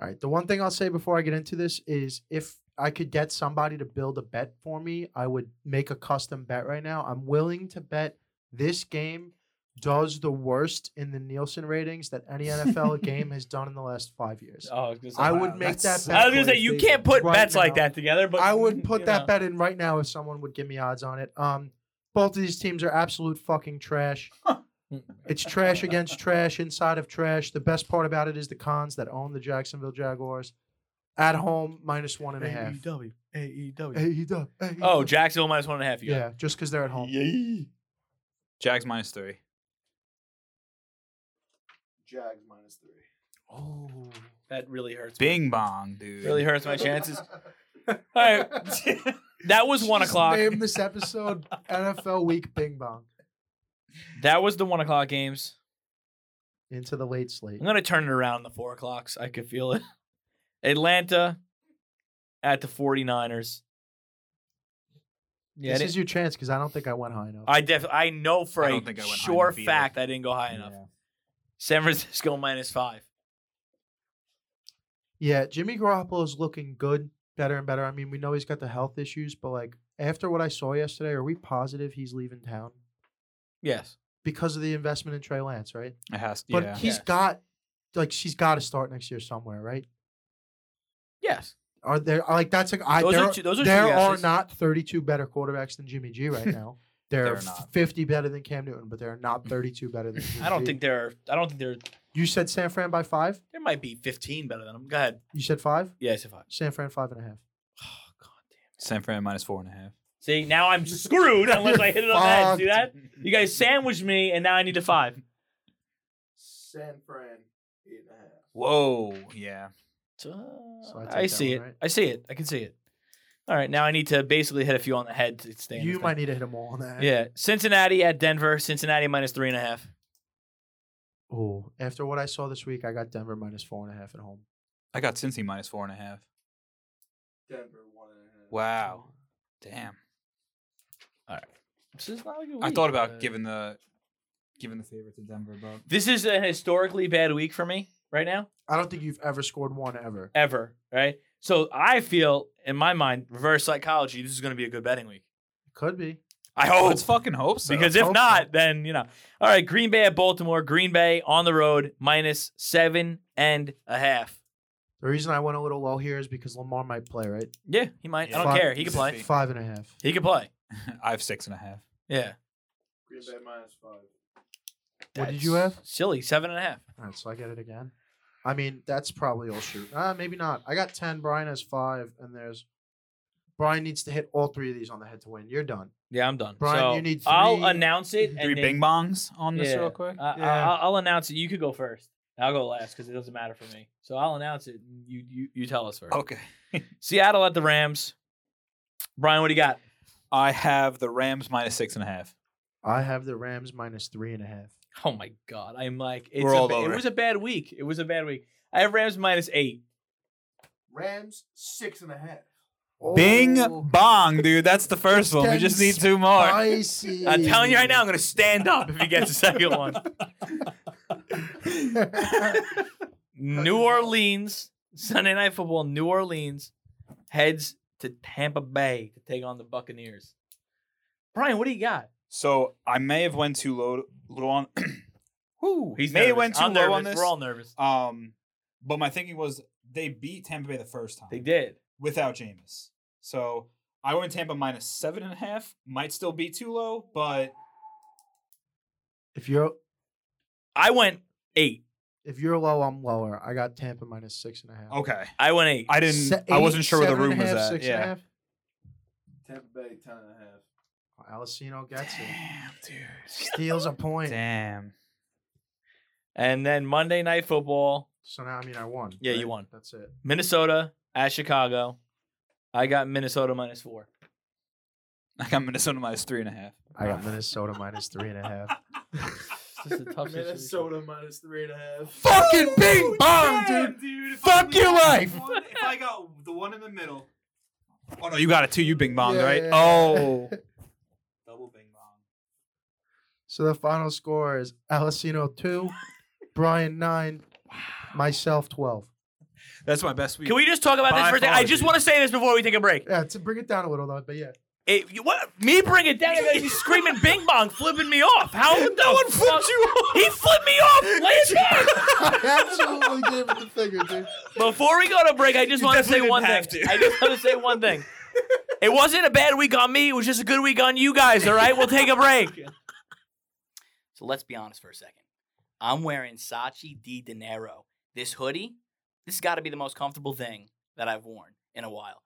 S1: All right. The one thing I'll say before I get into this is if I could get somebody to build a bet for me, I would make a custom bet right now. I'm willing to bet this game does the worst in the Nielsen ratings that any NFL game has done in the last five years.
S2: Oh, I was gonna say,
S1: I
S2: wow,
S1: would make that
S3: that's-
S1: bet.
S2: I was gonna
S1: for
S2: say
S1: you
S2: you
S1: David,
S2: can't put
S1: right
S2: bets like
S1: now.
S2: that together, but
S1: I would put
S2: you
S1: that
S2: know.
S1: bet in right now if someone would give me odds on it. Um, both of these teams are absolute fucking trash. it's trash against trash inside of trash. The best part about it is the cons that own the Jacksonville Jaguars at home minus one and a half.
S5: AEW.
S1: AEW.
S2: Oh, Jacksonville minus one and a half. You
S1: yeah, just because they're at home.
S3: Jags minus three.
S4: Jags minus three.
S1: Oh,
S2: that really hurts. me.
S3: Bing bong, dude.
S2: Really hurts my chances. All right. that was one
S1: Just
S2: o'clock.
S1: Name this episode NFL Week Bing Bong
S2: That was the one o'clock games.
S1: into the late slate.
S2: I'm gonna turn it around in the four o'clocks. I could feel it. Atlanta at the 49ers. Yeah, I
S1: this
S2: didn't-
S1: is your chance because I don't think I went high enough.
S2: I def I know for
S3: I
S2: a
S3: don't think I went high
S2: sure
S3: enough either.
S2: fact I didn't go high enough.
S5: Yeah.
S2: San Francisco minus five.
S1: yeah, Jimmy Garoppolo's looking good, better and better. I mean, we know he's got the health issues, but like after what I saw yesterday, are we positive he's leaving town
S2: Yes.
S1: because of the investment in Trey Lance, right?
S3: It has to.
S1: But
S3: yeah.
S1: he's
S2: Yes.
S1: got like she's got to start next year somewhere, right?
S2: Yes.
S1: Are there like that's like I
S2: Those
S1: there
S2: are
S1: are,
S2: two- those are two
S1: there are
S2: yeses.
S1: not 32 better quarterbacks than Jimmy G right now. There
S3: There
S1: are
S3: are not.
S1: 50 better than Cam Newton, but there are not 32 better than. Jimmy
S2: I don't
S1: G.
S2: think there are I don't think there
S1: you said San Fran by five.
S2: there might be fifteen better than them. Go ahead.
S1: You said five.
S2: Yeah, I said five.
S1: San Fran five and a half.
S2: Oh god damn.
S3: San Fran minus four and a half.
S2: See, now I'm screwed unless I hit it on the head. See
S1: Fucked.
S2: that? You guys sandwiched me and now I need a five.
S4: San Fran, eight and a half.
S3: Whoa. Yeah.
S1: So I take
S2: uh, I
S1: that
S2: see
S1: one,
S2: it.
S1: right?
S2: I see it. I can see it. All right, now I need to basically hit a few on the head to stay. in
S1: You
S2: this
S1: might
S2: thing.
S1: need to hit them all on that.
S2: Yeah, Cincinnati at Denver. Cincinnati minus three and a half.
S1: Oh, after what I saw this week, I got Denver minus four and a half at home.
S3: I got Cincy minus four and a half.
S4: Denver, one and a half.
S3: Wow. Damn.
S2: This is not a good
S3: I
S2: week.
S3: thought about
S2: Uh,
S3: giving the giving the favorite to Denver, bro.
S2: This is a historically bad week for me right now,
S1: I don't think you've ever scored one ever.
S2: ever. Right, so I feel in my mind reverse psychology. This is going to be a good betting week.
S1: Could be.
S2: I hope
S3: Let's fucking hope so.
S2: because if
S1: hope
S2: not,
S1: so.
S2: then you know. All right, Green Bay at Baltimore. Green Bay on the road minus seven and a half.
S1: The reason I went a little low here is because Lamar might play, right?
S2: Yeah, he might. I don't
S1: Fuck.
S2: care. He can play.
S1: Five and a half.
S2: He can play.
S3: I have six and a half.
S2: Yeah.
S4: Green Bay minus five.
S1: What did you have?
S2: Silly, seven and a half.
S1: All right, so I get it again. I mean, that's probably all shoot. Ah, maybe not. I got ten. Brian has five, and there's Brian needs to hit all three of these on the head to win. You're done.
S2: Yeah, I'm done.
S1: Brian,
S2: so
S1: you need
S2: I'll
S1: three-
S2: announce it.
S3: Three
S2: and then-
S3: bing bongs on this
S2: Yeah.
S3: real quick.
S2: I,
S1: Yeah.
S2: will I'll announce it. You could go first. I'll go last because it doesn't matter for me. So I'll announce it. and You you, you tell us
S1: Oh.
S2: first.
S3: Okay.
S2: Seattle at the Rams. Brian, what do you got?
S3: I have the Rams minus six and a half.
S1: I have the Rams minus three and a half.
S2: Oh my God, I'm like it's
S3: We're
S2: a
S3: all
S2: ba-
S3: over
S2: It
S3: it.
S2: was a bad week. It was a bad week. I have Rams minus eight.
S4: Rams, six and a half.
S3: Bing
S1: Oh,
S3: bong, dude. That's the first one. We
S1: getting
S3: just need two more.
S1: Spicy.
S2: I'm telling you right now, I'm gonna stand up if he gets the second one. New Orleans Sunday Night Football. New Orleans heads to Tampa Bay to take on the Buccaneers. Brian, what do you got?
S3: So I may have went too low, low on. Whew,
S2: Oh, He's
S3: may have
S2: nervous.
S3: went too
S2: I'm
S3: low
S2: nervous.
S3: on this.
S2: We're all nervous.
S3: Um, but my thinking was they beat Tampa Bay the first time
S2: They did.
S3: without Jameis. So I went Tampa minus seven and a half. Might still be too low, but
S1: If you're
S2: I went eight.
S1: if you're low, I'm lower. I got Tampa minus six and a half.
S3: okay.
S2: I went eight.
S3: I didn't.
S1: Se-
S3: I wasn't
S1: eight,
S3: sure where the
S1: seven
S3: room
S1: and a
S3: was
S1: half,
S3: at.
S1: six and a
S3: yeah.
S1: half?
S4: Tampa Bay, ten and a half.
S1: Alessino gets it.
S3: dude.
S1: Steals a point.
S3: Damn.
S2: and then Monday Night Football,
S1: So now, I mean, I won.
S2: Yeah, you won.
S1: That's it.
S2: Minnesota at Chicago. I got Minnesota minus four.
S3: I got Minnesota minus three and a half.
S1: I got Minnesota minus three and a half.
S2: This is a tough situation.
S4: Minnesota minus three and a half.
S1: Fucking bing bong,
S3: Damn,
S1: dude.
S3: dude. If
S1: Fuck
S3: I
S1: your
S3: got
S1: life.
S3: one- if I got the one in the middle. Oh no, you got it too. You bing bonged,
S1: Yeah,
S3: right?
S1: yeah, yeah.
S3: Oh. Double bing bong.
S1: So the final score is Alessino two, Brian nine, myself twelve.
S3: That's my best week.
S2: Can we just talk about this
S3: By
S2: for a second?
S3: far,
S2: I just
S3: dude.
S2: want to say this before we take a break.
S1: Yeah, to bring it down a little though, but yeah.
S2: It, you- what, me bring it down? You screaming bing bong, flipping me off. How the one flipped you off. He flipped me off. Lay it down.
S1: I absolutely gave it the finger, dude.
S2: Before we go to break, I just
S3: You
S2: want to say
S3: definitely
S2: one
S3: didn't
S2: thing.
S3: have to.
S2: I just want to say one thing. It wasn't a bad week on me. It was just a good week on you guys. All right, we'll take a break.
S6: So let's be honest for a second. I'm wearing Sachi Di Dinero. This hoodie, this has got to be the most comfortable thing that I've worn in a while.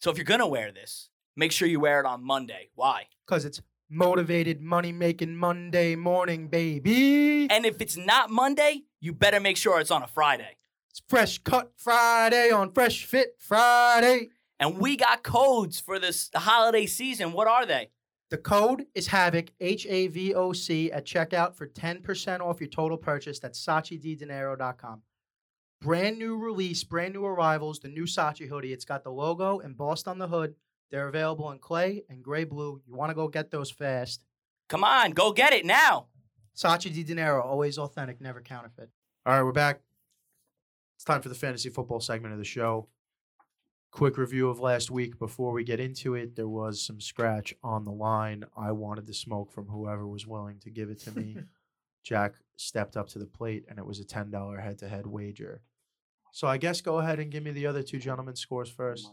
S6: So if you're going to wear this, make sure you wear it on Monday. Why?
S1: Cause it's motivated money making Monday morning, baby.
S6: And if it's not Monday, you better make sure it's on a Friday.
S1: It's fresh cut Friday on Fresh Fit Friday.
S6: And we got codes for this holiday season. What are they?
S1: The code is Havoc, H A V O C, at checkout for 10% off your total purchase. That's SachiDDinero.com. Brand new release, brand new arrivals, the new Sachi hoodie. It's got the logo embossed on the hood. They're available in clay and gray blue. You want to go get those fast.
S6: Come on, go get it now.
S1: Sachi Di Dinero, always authentic, never counterfeit. All right, we're back. It's time for the fantasy football segment of the show. Quick review of last week before we get into it. There was some scratch on the line. I wanted the smoke from whoever was willing to give it to me. Jack stepped up to the plate, and it was a $10 head to head wager. So I guess go ahead and give me the other two gentlemen's scores first.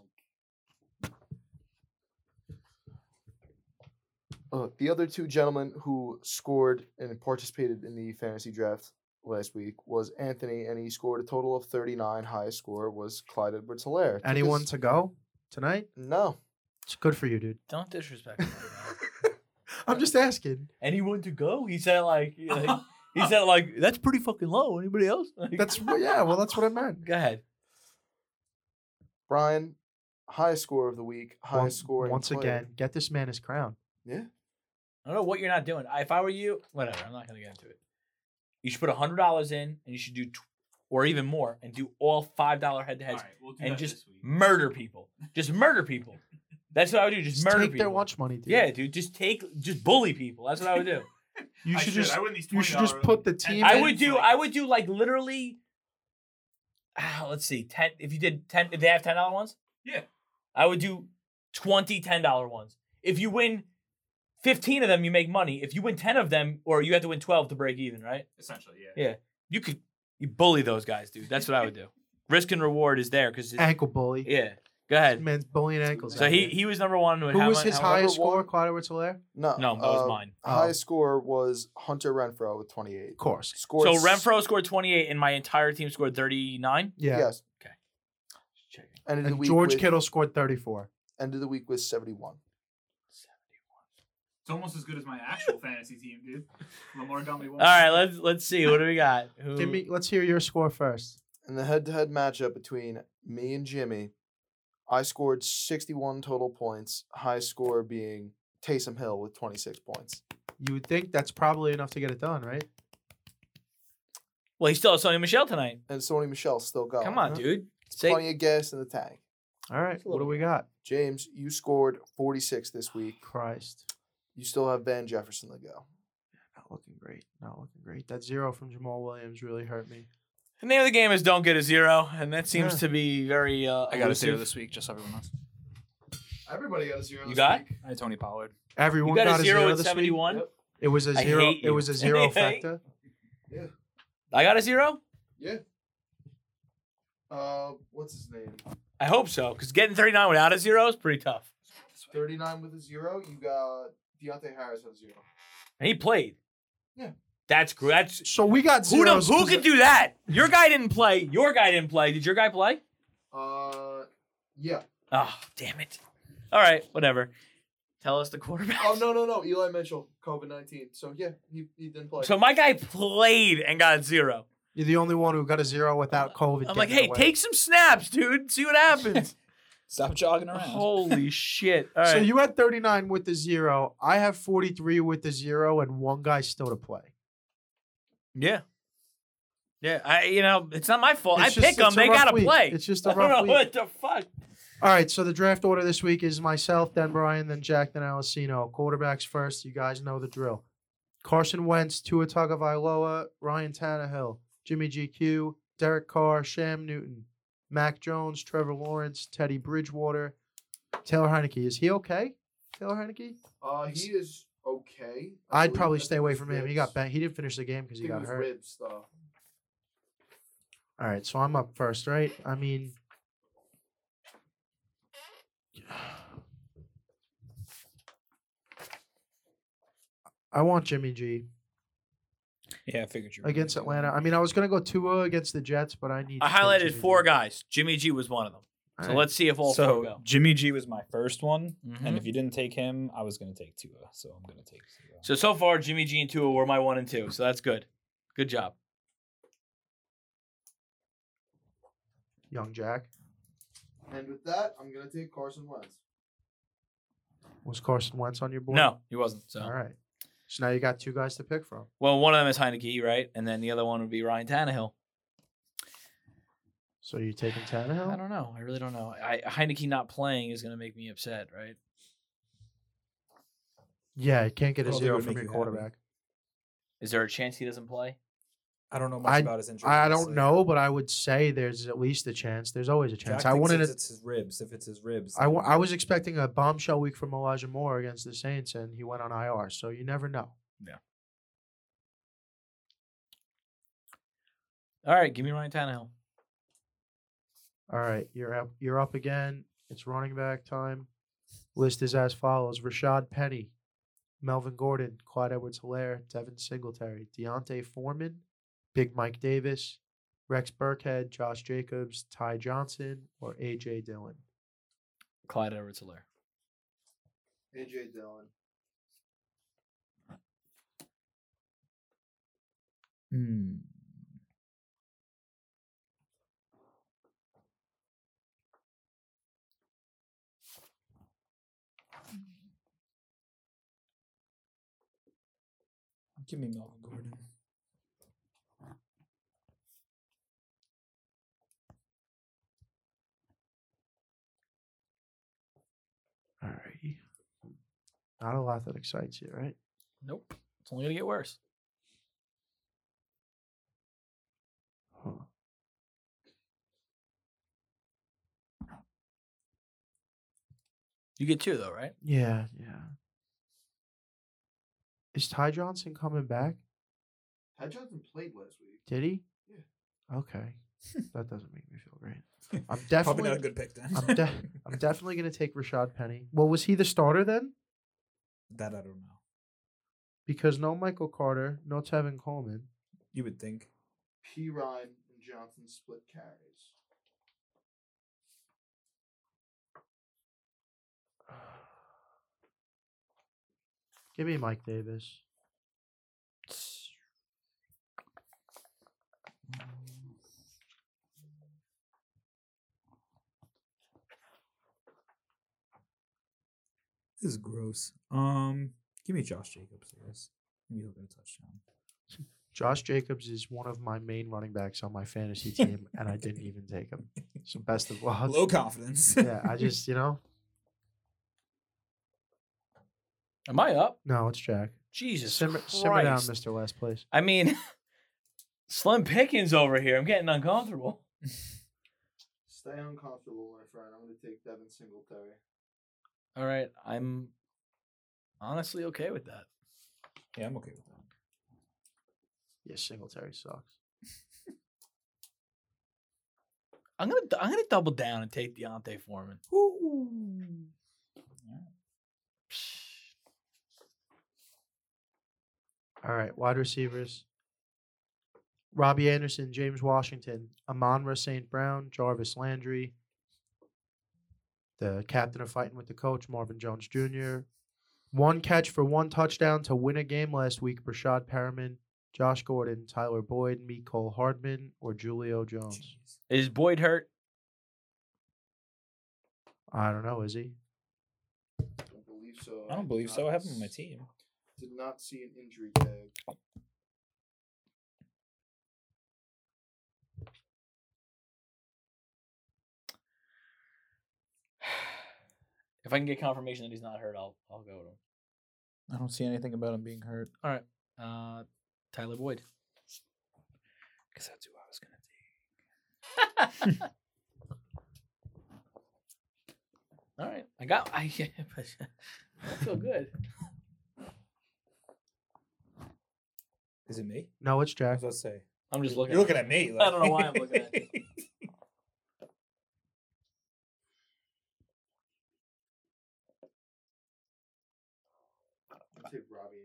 S4: Uh, the other two gentlemen who scored and participated in the fantasy draft last week was Anthony, and he scored a total of 39. Highest score was Clyde Edwards Hilaire.
S1: Anyone to go tonight?
S4: No.
S1: It's good for you, dude.
S2: Don't disrespect him.
S1: I'm just asking.
S2: Anyone to go? He said like, like- he said like that's pretty fucking low. Anybody else? Like-
S1: That's well, yeah. Well, that's what I meant.
S2: go ahead.
S4: Brian, highest score of the week,
S1: One-
S4: highest scoring.
S1: once
S4: player.
S1: again. Get this man his crown.
S2: I don't know what you're not doing. I- If I were you, whatever. I'm not gonna get into it. You should put hundred dollars in, and you should do, tw- or even more, and do all five dollar head to
S5: All
S2: heads
S5: right, we'll do
S2: and
S5: that
S2: just
S5: this week.
S2: murder people. Just murder people. That's what I would do. Just,
S1: Just
S2: murder
S1: take
S2: people.
S1: their lunch money, dude.
S2: Yeah, dude. Just take, just bully people. That's what I would do.
S1: You
S5: I
S1: should just.
S5: I win these
S1: you should just
S5: $20
S1: put the
S5: and
S1: team
S5: then
S2: I
S1: in-
S2: would
S5: it's
S2: do.
S5: like-
S2: I would do like literally. ah, let's see, ten. If you did ten, if they have ten dollar ones,
S5: Yeah.
S2: I would do 20 ten dollar ones. If you win fifteen of them, you make money. If you win ten of them, or you have to win twelve to break even, right?
S5: essentially, yeah.
S2: You could you bully those guys, dude. That's what I would do. Risk and reward is there because
S1: ankle bully.
S2: yeah. Go ahead.
S1: Man's bullying ankles.
S2: So
S1: out
S2: he
S1: here.
S2: he was number one with
S1: Who
S2: how
S1: was
S2: mu-
S1: his
S2: how
S4: high-
S2: much-
S1: highest
S4: Number
S1: score?
S4: one?
S1: Clyde edwards hilaire
S4: No.
S2: No, that was
S4: uh,
S2: mine.
S1: Oh.
S4: Highest score was Hunter Renfro with 28.
S1: Of course.
S4: Scored
S2: so Renfro scored twenty eight, and my entire team scored thirty nine.
S1: Yeah.
S4: Yes.
S2: Okay.
S4: Ended the
S1: And
S4: week
S1: George
S4: with,
S1: Kittle scored 34.
S4: Ended the week with 71.
S5: It's almost as good as my actual fantasy team, dude. Lamar got me one.
S2: All right, let's let's see. What do we got? Who?
S1: Give me, let's hear your score first.
S4: In the head-to-head matchup between me and Jimmy, I scored 61 total points. High score being Taysom Hill with 26 points.
S1: You would think that's probably enough to get it done, right?
S2: Well, he still has Sony Michelle tonight.
S4: And Sony Michelle still going.
S2: Come on,
S1: huh?
S2: dude. Say-
S4: Plenty of gas in the tank.
S1: All right.
S2: It's a
S1: What do
S2: little
S1: we got?
S4: James, you scored 46 this week.
S1: Christ.
S4: You still have Van Jefferson to go.
S1: Not looking great. Not looking great. That zero from Jamal Williams really hurt me.
S2: the name of the game is don't get a zero, and that seems
S1: Yeah.
S2: to be very. Uh,
S3: I got a zero
S2: elusive.
S3: this week, just so everyone knows.
S4: Everybody got a zero.
S2: You this got?
S3: I had Tony Pollard.
S1: Everyone
S2: You got, a zero
S1: this
S2: at
S1: week?
S2: seventy one.
S4: Yep.
S1: It was a
S2: I
S1: zero.
S2: hate
S1: It
S2: you.
S1: was a zero factor.
S2: I got a zero.
S4: Uh, what's his name?
S2: I hope so, because getting thirty nine without a zero is pretty tough.
S4: 39 with a zero. You got Deontay Harris with zero.
S2: And he played.
S4: Yeah.
S2: That's great. That's
S1: So we got
S2: who,
S1: zero.
S2: the, who could do that? Your guy didn't play. Your guy didn't play. Did your guy play?
S4: Uh, yeah.
S2: Oh, damn it. All right, whatever. Tell us the quarterback.
S4: Oh no no no! Eli Mitchell, COVID nineteen. So yeah, he, he didn't play.
S2: So my guy played and got a zero.
S1: You're the only one who got a zero without COVID.
S2: I'm like,
S1: taking
S2: hey,
S1: away.
S2: take some snaps, dude. See what happens.
S3: Stop jogging
S2: Holy shit. All right.
S1: So you had 39 with the zero. I have 43 with the zero, and one guy still to play.
S2: yeah. Yeah, I you know it's not my fault.
S1: It's
S2: I
S1: just-
S2: pick them;
S1: it's a
S2: they
S1: rough
S2: gotta
S1: week.
S2: play.
S1: It's just a
S2: I don't
S1: rough
S2: know
S1: week.
S2: what the fuck.
S1: All right, so the draft order this week is myself, then Brian, then Jack, then Alessino. Quarterbacks first. You guys know the drill. Carson Wentz, Tua Tagovailoa, Ryan Tannehill, Jimmy GQ, Derek Carr, Sham Newton, Mac Jones, Trevor Lawrence, Teddy Bridgewater, Taylor Heineke. Is he okay? Taylor Heineke?
S4: uh, he is okay. I
S1: I'd
S4: believe.
S1: probably
S4: I
S1: stay
S4: think
S1: away
S4: it was
S1: from him. He
S4: ribs.
S1: got bent. He didn't finish the game
S4: I
S1: because he
S4: think it
S1: got
S4: was
S1: hurt.
S4: ribs though.
S1: All right, so I'm up first, right? I mean, I want Jimmy G
S3: Yeah, I figured you were
S1: against
S3: gonna do
S1: Atlanta. I mean, I was gonna go Tua against the Jets, but I need.
S2: I
S1: to take
S2: highlighted
S1: Jimmy
S2: four
S1: G.
S2: guys. Jimmy G was one of them.
S1: All
S2: So
S1: right.
S2: let's see if all four
S3: So
S2: go.
S3: Jimmy G was my first one,
S2: Mhm.
S5: Mm-hmm.
S3: and if you didn't take him, I was gonna take Tua. So I'm gonna take Tua.
S2: So so far, Jimmy G and Tua were my one and two. So that's good. Good job.
S1: young Jack.
S4: And with that, I'm gonna take Carson Wentz.
S1: Was Carson Wentz on your board?
S2: No, he wasn't. So
S1: All right. So now you got two guys to pick from.
S2: well, one of them is Heineke, right? And then the other one would be Ryan Tannehill.
S1: So you taking
S2: I
S1: Tannehill?
S2: don't know. I really don't know. I, Heineke not playing is going to make me upset, right?
S1: Yeah, you can't get
S3: I
S1: a
S3: don't think it
S1: zero
S3: would
S1: from your
S3: make you happy.
S1: quarterback.
S2: Is there a chance he doesn't play?
S3: I don't know much
S1: I-
S3: about his injury.
S1: I
S3: honestly.
S1: don't know, but I would say there's at least a chance. There's always a
S3: Jack
S1: chance. I
S3: thinks
S1: wanted
S3: it's,
S1: to.
S3: it's his ribs. If it's his ribs,
S1: I, w- I was expecting a bombshell week from Elijah Moore against the Saints, and he went on IR. So you never know.
S2: All right, give me Ryan Tannehill.
S1: All right, you're up. You're up again. It's running back time. List is as follows: Rashad Penny, Melvin Gordon, Clyde Edwards-Hilaire, Devin Singletary, Deontay Foreman, Big Mike Davis, Rex Burkhead, Josh Jacobs, Ty Johnson, or AJ Dillon.
S2: Clyde Edwards Hilaire.
S4: AJ Dillon.
S3: Give me Melvin Gordon.
S1: All right. Not a lot that excites you, right?
S2: Nope. It's only going to get worse.
S1: Huh.
S2: You get two, though, right?
S1: Yeah, yeah. Is Ty Johnson coming back?
S4: Ty Johnson played last week.
S1: Did he? Yeah. Okay. that doesn't make me feel great. I'm definitely
S3: Probably not a good pick then.
S1: I'm, de- I'm definitely going to take Rashad Penny. Well, was he the starter then?
S3: that I don't know.
S1: Because no Michael Carter, no Tevin Coleman.
S3: You would think.
S4: P. Ryan and Johnson split carries.
S1: Give me Mike Davis.
S3: This is gross. Um, give me Josh Jacobs. I guess. Maybe he'll get a touchdown.
S1: Josh Jacobs is one of my main running backs on my fantasy team, and I didn't even take him. So best of luck.
S3: Low confidence.
S1: yeah, I just, you know,
S2: Am I up?
S1: no, it's Jack.
S2: Jesus
S1: Simmer,
S2: Christ.
S1: simmer down, Mister Last Place.
S2: I mean, Slim Pickens over here. I'm getting uncomfortable.
S4: Stay uncomfortable, my friend. I'm gonna take Devin Singletary.
S2: All right, I'm honestly okay with that.
S3: yeah, I'm okay with that.
S1: Yes, Singletary sucks.
S2: I'm gonna I'm gonna double down and take Deontay Foreman.
S1: All right, wide receivers. Robbie Anderson, James Washington, Amonra St. Brown, Jarvis Landry, the captain of fighting with the coach, Marvin Jones Jr. One catch for one touchdown to win a game last week, Brashad Perriman, Josh Gordon, Tyler Boyd, Nicole Hardman, or Julio Jones.
S3: Jeez.
S2: Is Boyd hurt?
S1: I don't know, is he?
S4: I don't believe so.
S3: I don't
S4: did
S3: believe so. I
S4: not
S3: have him on my
S4: s-
S3: team.
S4: Did not see an injury tag.
S2: If I can get confirmation that he's not hurt, I'll I'll go with him.
S3: I don't see anything about him being hurt.
S2: All right, uh, Tyler Boyd. Because that's who I was gonna take. All right, I got. I, I feel good.
S3: Is it me?
S1: No, it's
S3: I
S1: Jack.
S3: was about to say.
S2: I'm just looking.
S3: You're looking at me.
S2: I don't know why I'm looking at
S3: you.
S4: I'll take Robbie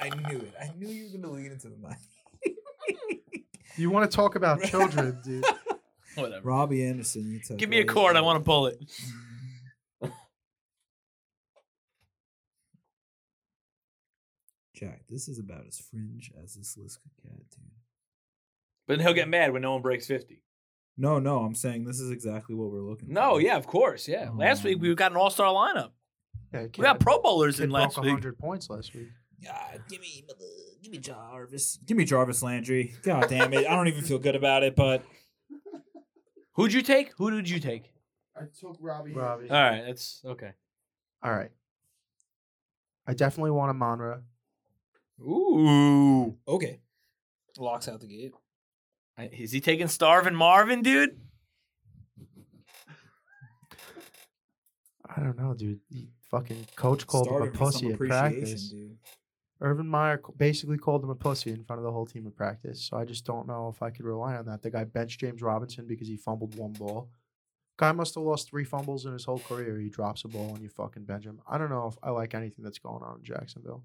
S4: Anderson.
S3: I knew it. I knew you were going to lean into the mic.
S1: You want to talk about children, dude.
S2: Whatever.
S3: Robbie Anderson, you took.
S2: Give me a cord. I want to pull it.
S3: Jack, this is about as fringe as this list could get, dude.
S2: But then he'll get mad when no one breaks 50.
S7: No, no, I'm saying this is exactly what we're looking.
S2: No,
S3: Mm-hmm.
S7: for.
S2: yeah, of course. Yeah. Last week, we got an all star lineup.
S1: Yeah,
S2: We got Pro Bowlers in
S1: broke
S2: last week.
S1: 100 points last week.
S7: Ah, give me, give me Jarvis. Give me Jarvis Landry. God damn it! I don't even feel good about it, but
S2: Who'd you take? Who did you take?
S4: I took Robbie.
S1: Robbie.
S2: All right. That's okay.
S1: All right. I definitely want a Monra.
S2: Ooh.
S7: okay. Locks out the gate.
S2: I- Is he taking Starvin Marvin, dude?
S1: I don't know, dude. He fucking coach called him a pussy at practice.
S7: dude.
S1: Urban Meyer c- basically called him a pussy in front of the whole team at practice. So I just don't know if I could rely on that. The guy benched James Robinson because he fumbled one ball. Guy must have lost three fumbles in his whole career. He drops a ball and you fucking bench him. I don't know if I like anything that's going on in Jacksonville.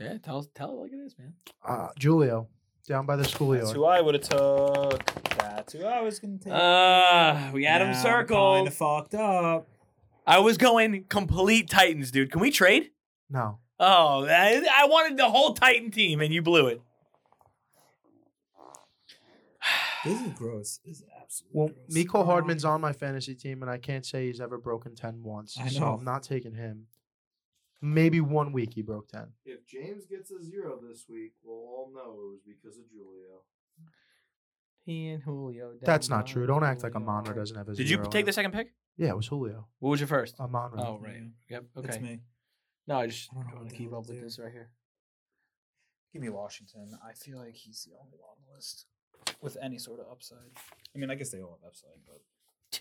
S2: Yeah, tell tell it like it is, man.
S1: Uh, Julio, down by the
S7: That's
S1: schoolyard.
S7: who I would have took. That's who I was gonna take.
S2: Uh, we had him
S7: Kind
S2: circled.
S7: of fucked up.
S2: I was going complete Titans, dude. Can we trade?
S1: No.
S2: Oh, I, I wanted the whole Titan team, and you blew it.
S7: This is gross. This is absolutely.
S1: Well,
S7: gross.
S1: Miko Hardman's on my fantasy team, and I can't say he's ever broken 10 once.
S7: I
S1: So
S7: know.
S1: I'm not taking him. Maybe one week he broke 10.
S4: If James gets a zero this week, we'll all know it was because of Julio.
S2: He and Julio.
S1: That's not true. Don't act like Amonra doesn't have a
S2: Did you
S1: zero in
S2: take
S1: him.
S2: the second pick?
S1: Yeah, it was Julio.
S2: What was your first?
S1: Amonra.
S2: Oh, right. Yep. Okay.
S7: It's me.
S2: No, I just
S7: I don't know
S2: want
S7: what
S2: to
S7: the
S2: keep
S7: hell
S2: up
S7: to
S2: with
S7: do.
S2: this right here.
S3: Give me Washington. I feel like he's the only one on the list with any sort of upside. I mean, I guess they all have upside, but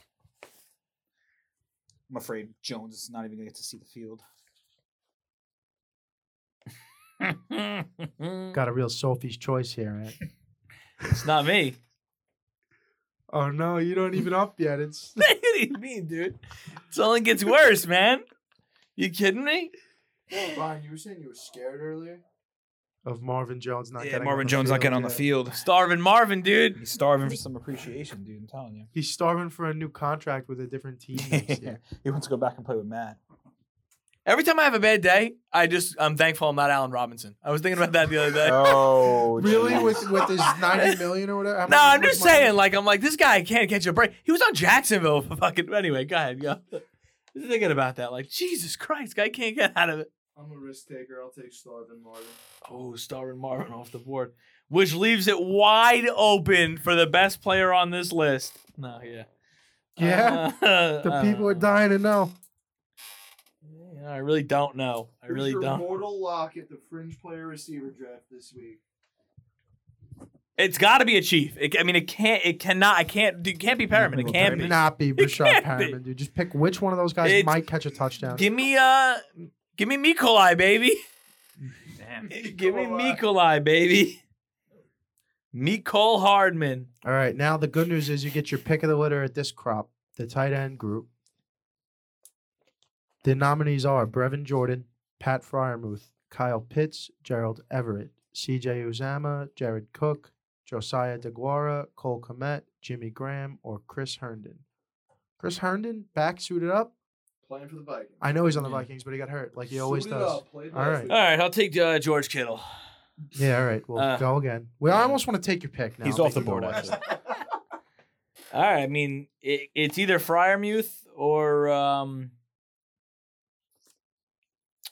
S3: I'm afraid Jones is not even going to get to see the field.
S1: Got a real Sophie's choice here, eh, right?
S2: Mm, it's not me.
S1: oh no, you don't even up yet. It's
S2: what do you mean, dude? It only gets worse, man. You kidding me?
S4: Ryan, you were saying you were scared earlier.
S1: of Marvin Jones not getting on the field, yeah.
S3: field.
S2: Starving Marvin, dude.
S3: He's starving for some appreciation, dude. I'm telling you.
S1: He's starving for a new contract with a different team next year.
S3: he wants to go back and play with Matt.
S2: Every time I have a bad day, I just I'm thankful I'm not Allen Robinson. I was thinking about that the other day.
S3: Oh,
S1: really? With with his ninety million or whatever? How
S2: No,
S1: much
S2: I'm
S1: was
S2: just
S1: Mar-
S2: saying, like, I'm like, this guy can't catch a break. He was on Jacksonville for fucking anyway, go ahead, go. Just Thinking about that, like, Jesus Christ, guy can't get out of it.
S4: I'm a risk taker. I'll take Starvin Marvin.
S2: Oh, starring Marvin off the board. Which leaves it wide open for the best player on this list. No, yeah.
S1: Yeah? The
S2: Uh, I don't
S1: people are
S2: know.
S1: dying to know.
S2: Yeah, I really don't know. I really don't.
S4: Mortal lock at the fringe player receiver draft this week.
S2: It's got to be a chief. It, I mean, it can't. It cannot. I can't. It can't be Perriman. It can't be.
S1: Not be Rashad
S2: can't be.
S1: Perriman, dude. Just pick which one of those guys
S2: It's-
S1: might catch a touchdown.
S2: Give me uh, give me Mikolai, baby.
S5: Damn.
S2: Give me Mikolai, baby. Mikol Hardman.
S1: All right, now the good news is you get your pick of the litter at this crop, the tight end group. The nominees are Brevin Jordan, Pat Fryermuth, Kyle Pitts, Gerald Everett, CJ Uzama, Jared Cook, Josiah DeGuara, Cole Komet, Jimmy Graham, or Chris Herndon. Chris Herndon back suited up.
S4: Playing for the Vikings.
S1: I know he's on the
S2: Yeah.
S1: Vikings, but he got hurt like he always
S4: Suited
S1: does.
S4: up, played
S1: All
S4: last
S1: right.
S4: week.
S2: All right, I'll take uh, George Kittle.
S1: Yeah, all right. Well,
S2: Uh,
S1: go again. Well, I almost want to take your pick now.
S7: He's
S1: I
S7: off the
S1: think you
S7: board.
S1: know what.
S7: Actually.
S2: All right, I mean, it, it's either Fryermuth or um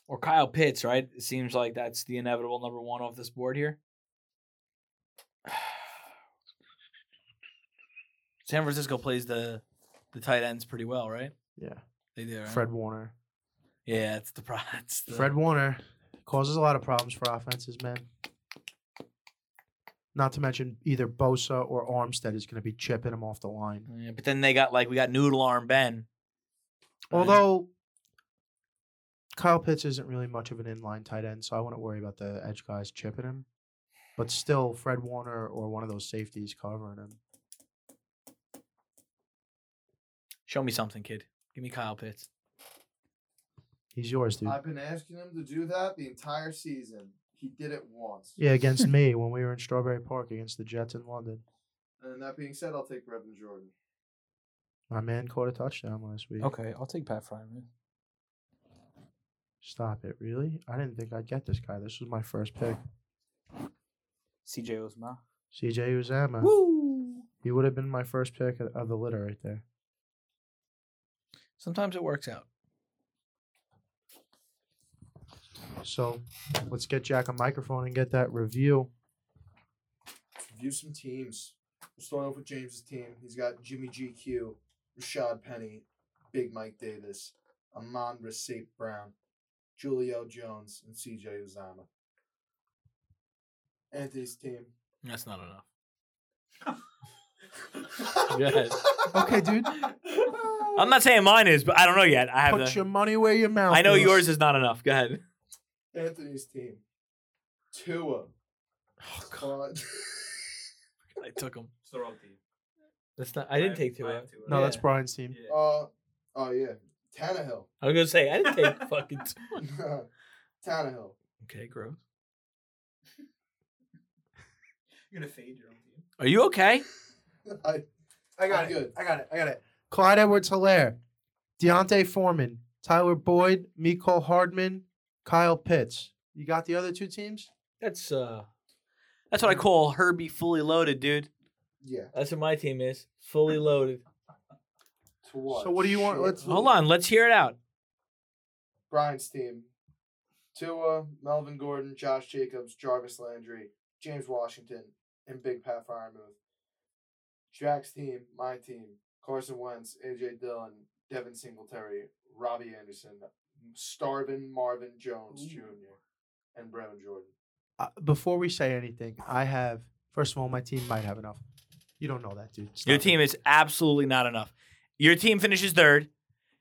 S2: or Kyle Pitts, right? It seems like that's the inevitable number one off this board here. San Francisco plays the the tight ends pretty well, right?
S1: Yeah,
S2: They do. Right?
S1: Fred Warner.
S2: Yeah, it's the pro. It's the,
S1: Fred Warner causes a lot of problems for offenses, man. Not to mention either Bosa or Armstead is going to be chipping him off the line.
S2: Yeah, but then they got like we got Noodle Arm Ben. right?
S1: Although Kyle Pitts isn't really much of an inline tight end, so I wouldn't worry about the edge guys chipping him. But still, Fred Warner or one of those safeties covering him.
S2: show me something, kid. Give me Kyle Pitts.
S1: He's yours, dude.
S4: I've been asking him to do that the entire season. He did it once.
S1: Yeah, against me when we were in Strawberry Park against the Jets in London.
S4: And that being said, I'll take Brevin Jordan.
S1: My man caught a touchdown last week.
S3: Okay, I'll take Pat Fryman.
S1: Stop it, really? I didn't think I'd get this guy. This was my first pick.
S3: CJ Osma.
S1: CJ Uzama.
S7: Woo!
S1: He would have been my first pick of- of the litter right there.
S2: Sometimes it works out.
S1: So let's get Jack a microphone and get that review.
S4: Review some teams. We'll start off with James's team. He's got Jimmy GQ, Rashad Penny, Big Mike Davis, Amon Rasate Brown, Julio Jones, and CJ Uzama. Anthony's team.
S2: That's not enough.
S1: Okay, dude.
S2: I'm not saying mine is, but I don't know yet. I have
S1: Put
S2: the,
S1: your money where your mouth.
S2: I know
S1: is.
S2: yours is not enough. Go ahead.
S4: Anthony's team. Tua.
S2: Oh,
S4: Claude.
S2: I took him.
S5: It's the wrong team.
S2: That's not. I didn't
S5: have-
S2: take two.
S5: I
S2: I
S5: have two.
S1: No, that's
S2: Yeah.
S1: Brian's team.
S5: Yeah.
S4: Uh, oh, yeah. Tannehill.
S2: was gonna say I didn't take fucking. Two.
S4: Tannehill.
S2: Okay, gross.
S5: You're gonna fade your own team.
S2: Are you okay?
S4: I,
S1: I got
S4: I'm
S1: it.
S4: good.
S1: I got it. I got it. Clyde Edwards Hilaire, Deontay Foreman, Tyler Boyd, Miko Hardman, Kyle Pitts. You got the other two teams?
S2: That's uh, that's what I call Herbie fully loaded, dude.
S4: yeah.
S2: That's what my team is, fully loaded.
S4: To what?
S1: So what do you want?
S4: Shit.
S1: Let's-
S2: Hold on, let's hear it out.
S4: Brian's team. Tua, Melvin Gordon, Josh Jacobs, Jarvis Landry, James Washington, and Big Pat Firemouth. Jack's team, my team, Carson Wentz, AJ Dillon, Devin Singletary, Robbie Anderson, Starvin Marvin Jones Jr., and Brevin Jordan.
S1: Uh, before we say anything, I have. First of all, my team might have enough. You don't know that, dude. Stop
S2: Your
S1: it.
S2: team is absolutely not enough. Your team finishes third.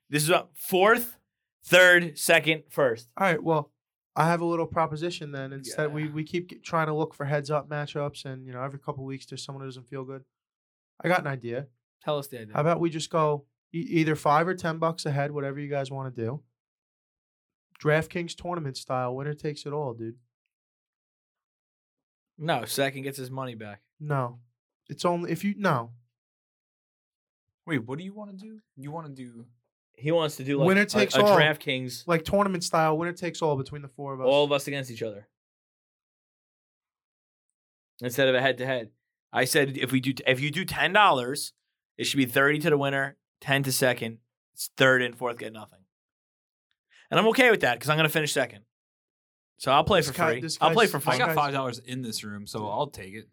S2: This is a fourth, third, second, first.
S1: All right. Well, I have a little proposition then. Instead, we,
S2: Yeah.
S1: we keep get- trying to look for heads up matchups, and you know, every couple weeks there's someone who doesn't feel good. I got an idea.
S2: Tell us the idea.
S1: How about we just go e- either five or ten bucks ahead, whatever you guys want to do. DraftKings tournament style, winner takes it all, dude.
S2: No, second gets his money back.
S1: No, it's only if you no
S3: Wait, what do you want to do? You want to do?
S2: He wants to do like
S1: Winner
S2: a,
S1: takes
S2: a
S1: all.
S2: DraftKings,
S1: like tournament style, winner takes all between the four of us.
S2: all of us against each other instead of a head to head. I said if we do if you do ten dollars, it should be thirty to the winner, ten to second, it's third and fourth get nothing. And I'm okay with that because I'm gonna finish second. So I'll play
S1: This
S2: for
S1: guy-
S2: free.
S1: this
S2: I'll play
S1: guy's-
S2: for
S1: this
S2: free.
S1: guy- guys-
S3: dollars in this room, so I'll take it.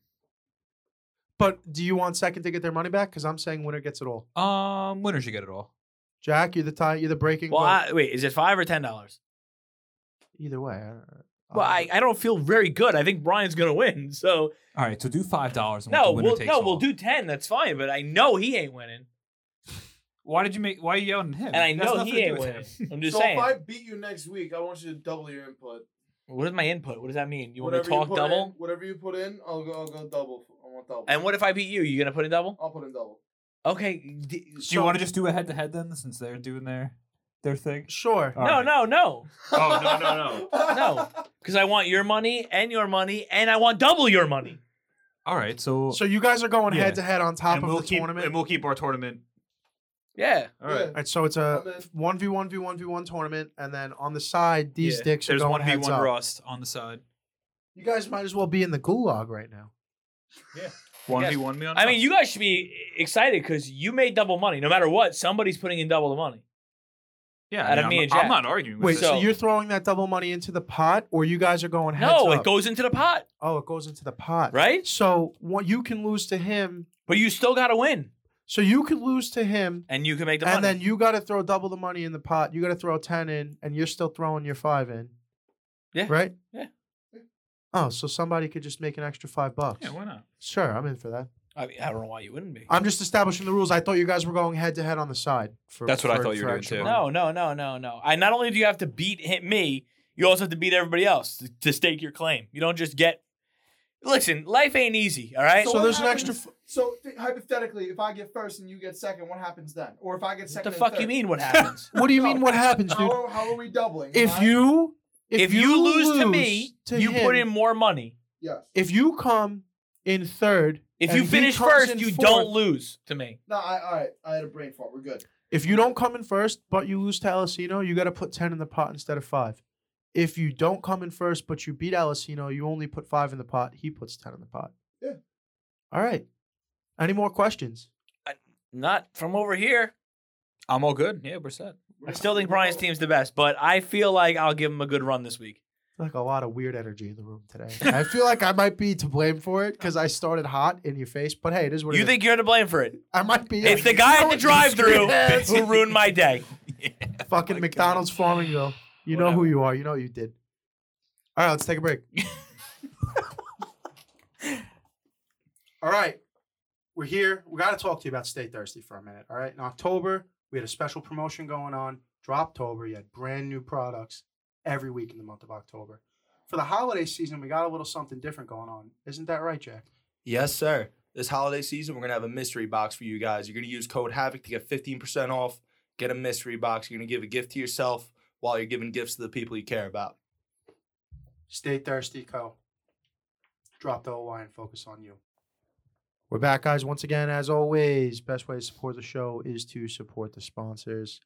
S1: But do you want second to get their money back? Because I'm saying winner gets it all.
S3: Um, winner should get it all.
S1: Jack, you're the tie. You're the breaking.
S2: Well,
S1: vote.
S2: I, wait, is it five or ten dollars?
S1: either way. I,
S2: Well, I, I don't feel very good. I think Brian's gonna win. So
S3: All right, so do five dollars.
S2: no, we'll no, we'll do ten. That's fine. But I know he ain't winning,
S3: Why did you make? Why are you yelling at him?
S2: and I
S3: That's
S2: know
S3: nothing
S2: he
S3: to do
S2: ain't
S3: with
S2: winning.
S3: him.
S2: I'm just
S4: so
S2: saying.
S4: if I beat you next week, I want you to double your input.
S2: What is my input? What does that mean? You want me to
S4: Whatever
S2: talk
S4: put
S2: double?
S4: in- whatever you put in, I'll go. I'll go double. I want double.
S2: And what if I beat you? You gonna put in double?
S4: I'll put in double.
S2: Okay. d-
S3: Do you want to just do a head to head then, since they're doing their their thing?
S1: sure.
S3: All
S2: no,
S3: right.
S2: no, no.
S5: Oh, no, no,
S4: no,
S2: No. Because I want your money and your money, and I want double your money.
S3: All right, so,
S1: So you guys are going
S3: Yeah.
S1: head to head on top
S3: And
S1: of
S3: we'll
S1: the
S3: keep-
S1: tournament.
S3: and we'll keep our tournament.
S2: Yeah.
S3: All right.
S1: All right, so it's a
S4: I'm in.
S1: one v one v one v one tournament, and then on the side, these
S3: Yeah,
S1: dicks are
S3: There's
S1: going
S3: one v
S1: heads
S3: one
S1: up.
S3: rust on the side.
S1: You guys might as well be in the gulag right now.
S3: One v one me on.
S2: I mean,
S3: top.
S2: you guys should be excited because you made double money. No matter what, somebody's putting in double the money.
S3: Yeah,
S2: out of
S3: I
S2: me
S3: mean,
S2: and
S3: I'm, I'm
S2: Jack.
S3: not arguing. With
S1: Wait,
S3: this.
S1: so,
S2: So-
S1: you're throwing that double money into the pot, or you guys are going heads
S2: no,
S1: up?
S2: it goes into the pot,
S1: Oh, it goes into the pot,
S2: right?
S1: So what you can lose to him,
S2: But you still got to win,
S1: so you can lose to him,
S2: and you can make the
S1: and
S2: money.
S1: then you got to throw double the money in the pot. You got to throw ten in, and you're still throwing your five in.
S2: Yeah,
S1: Right.
S2: yeah.
S1: Oh, so somebody could just make an extra five bucks.
S3: yeah, why not?
S1: sure, I'm in for that.
S2: I, mean, I don't know why you wouldn't be.
S1: I'm just establishing the rules. I thought you guys were going head to head on the side. For,
S3: That's what I
S1: for-
S3: thought you
S1: for
S3: were doing
S1: extra
S3: too.
S1: money.
S2: No, no, no, no, no. I not only do you have to beat hit me, you also have to beat everybody else to, to stake your claim. You don't just get. Listen, life ain't easy. All right.
S1: So
S4: what
S1: there's an extra
S4: happens- So th- hypothetically, if I get first and you get second, what happens then? Or if I get
S2: what
S4: second,
S2: the
S4: and
S2: fuck
S4: third?
S2: you mean? What happens?
S1: What do you
S4: No.
S1: mean? What happens, dude?
S4: How, are- how are we doubling?
S1: If
S4: Am I-
S1: you
S2: if, you, lose, to me,
S1: to
S2: you put
S1: him,
S2: in more money.
S4: yes,
S1: If you come in third,
S2: If
S1: and
S2: you
S1: he
S2: finish
S1: comes
S2: first,
S1: in
S2: you do
S1: fourth-
S2: don't lose to me.
S4: no, I all right. I had a brain fart. We're good.
S1: If you don't come in first, but you lose to Alessino, you got to put ten in the pot instead of five. If you don't come in first, but you beat Alessino, you only put five in the pot. He puts ten in the pot.
S4: Yeah.
S1: All right. Any more questions?
S2: Not from over here.
S3: I'm all good. Yeah, we're set.
S2: I still think Brian's team's the best, but I feel like I'll give him a good run this week.
S1: Like a lot of weird energy in the room today. I feel like I might be to blame for it because I started hot in your face. But hey, it is what
S2: You
S1: it
S2: think you're to blame for it?
S1: is. I might be.
S2: It's the guy at the drive-through
S1: Yes.
S2: who ruined my day.
S1: fucking McDonald's Flamingo. You know who you are. You know what you did. All right, let's take a break. all right, we're here. We got to talk to you about Stay Thirsty for a minute. All right, in October we had a special promotion going on. Droptober, you had brand new products every week in the month of October. For the holiday season, we got a little something different going on. Isn't that right, Jack?
S8: Yes, sir. This holiday season, we're gonna have a mystery box for you guys. You're gonna use code Havoc to get 15% off. Get a mystery box. You're gonna give a gift to yourself while you're giving gifts to the people you care about.
S1: Stay thirsty, Co. Drop the OY and focus on you. We're back, guys. Once again, as always, best way to support the show is to support the sponsors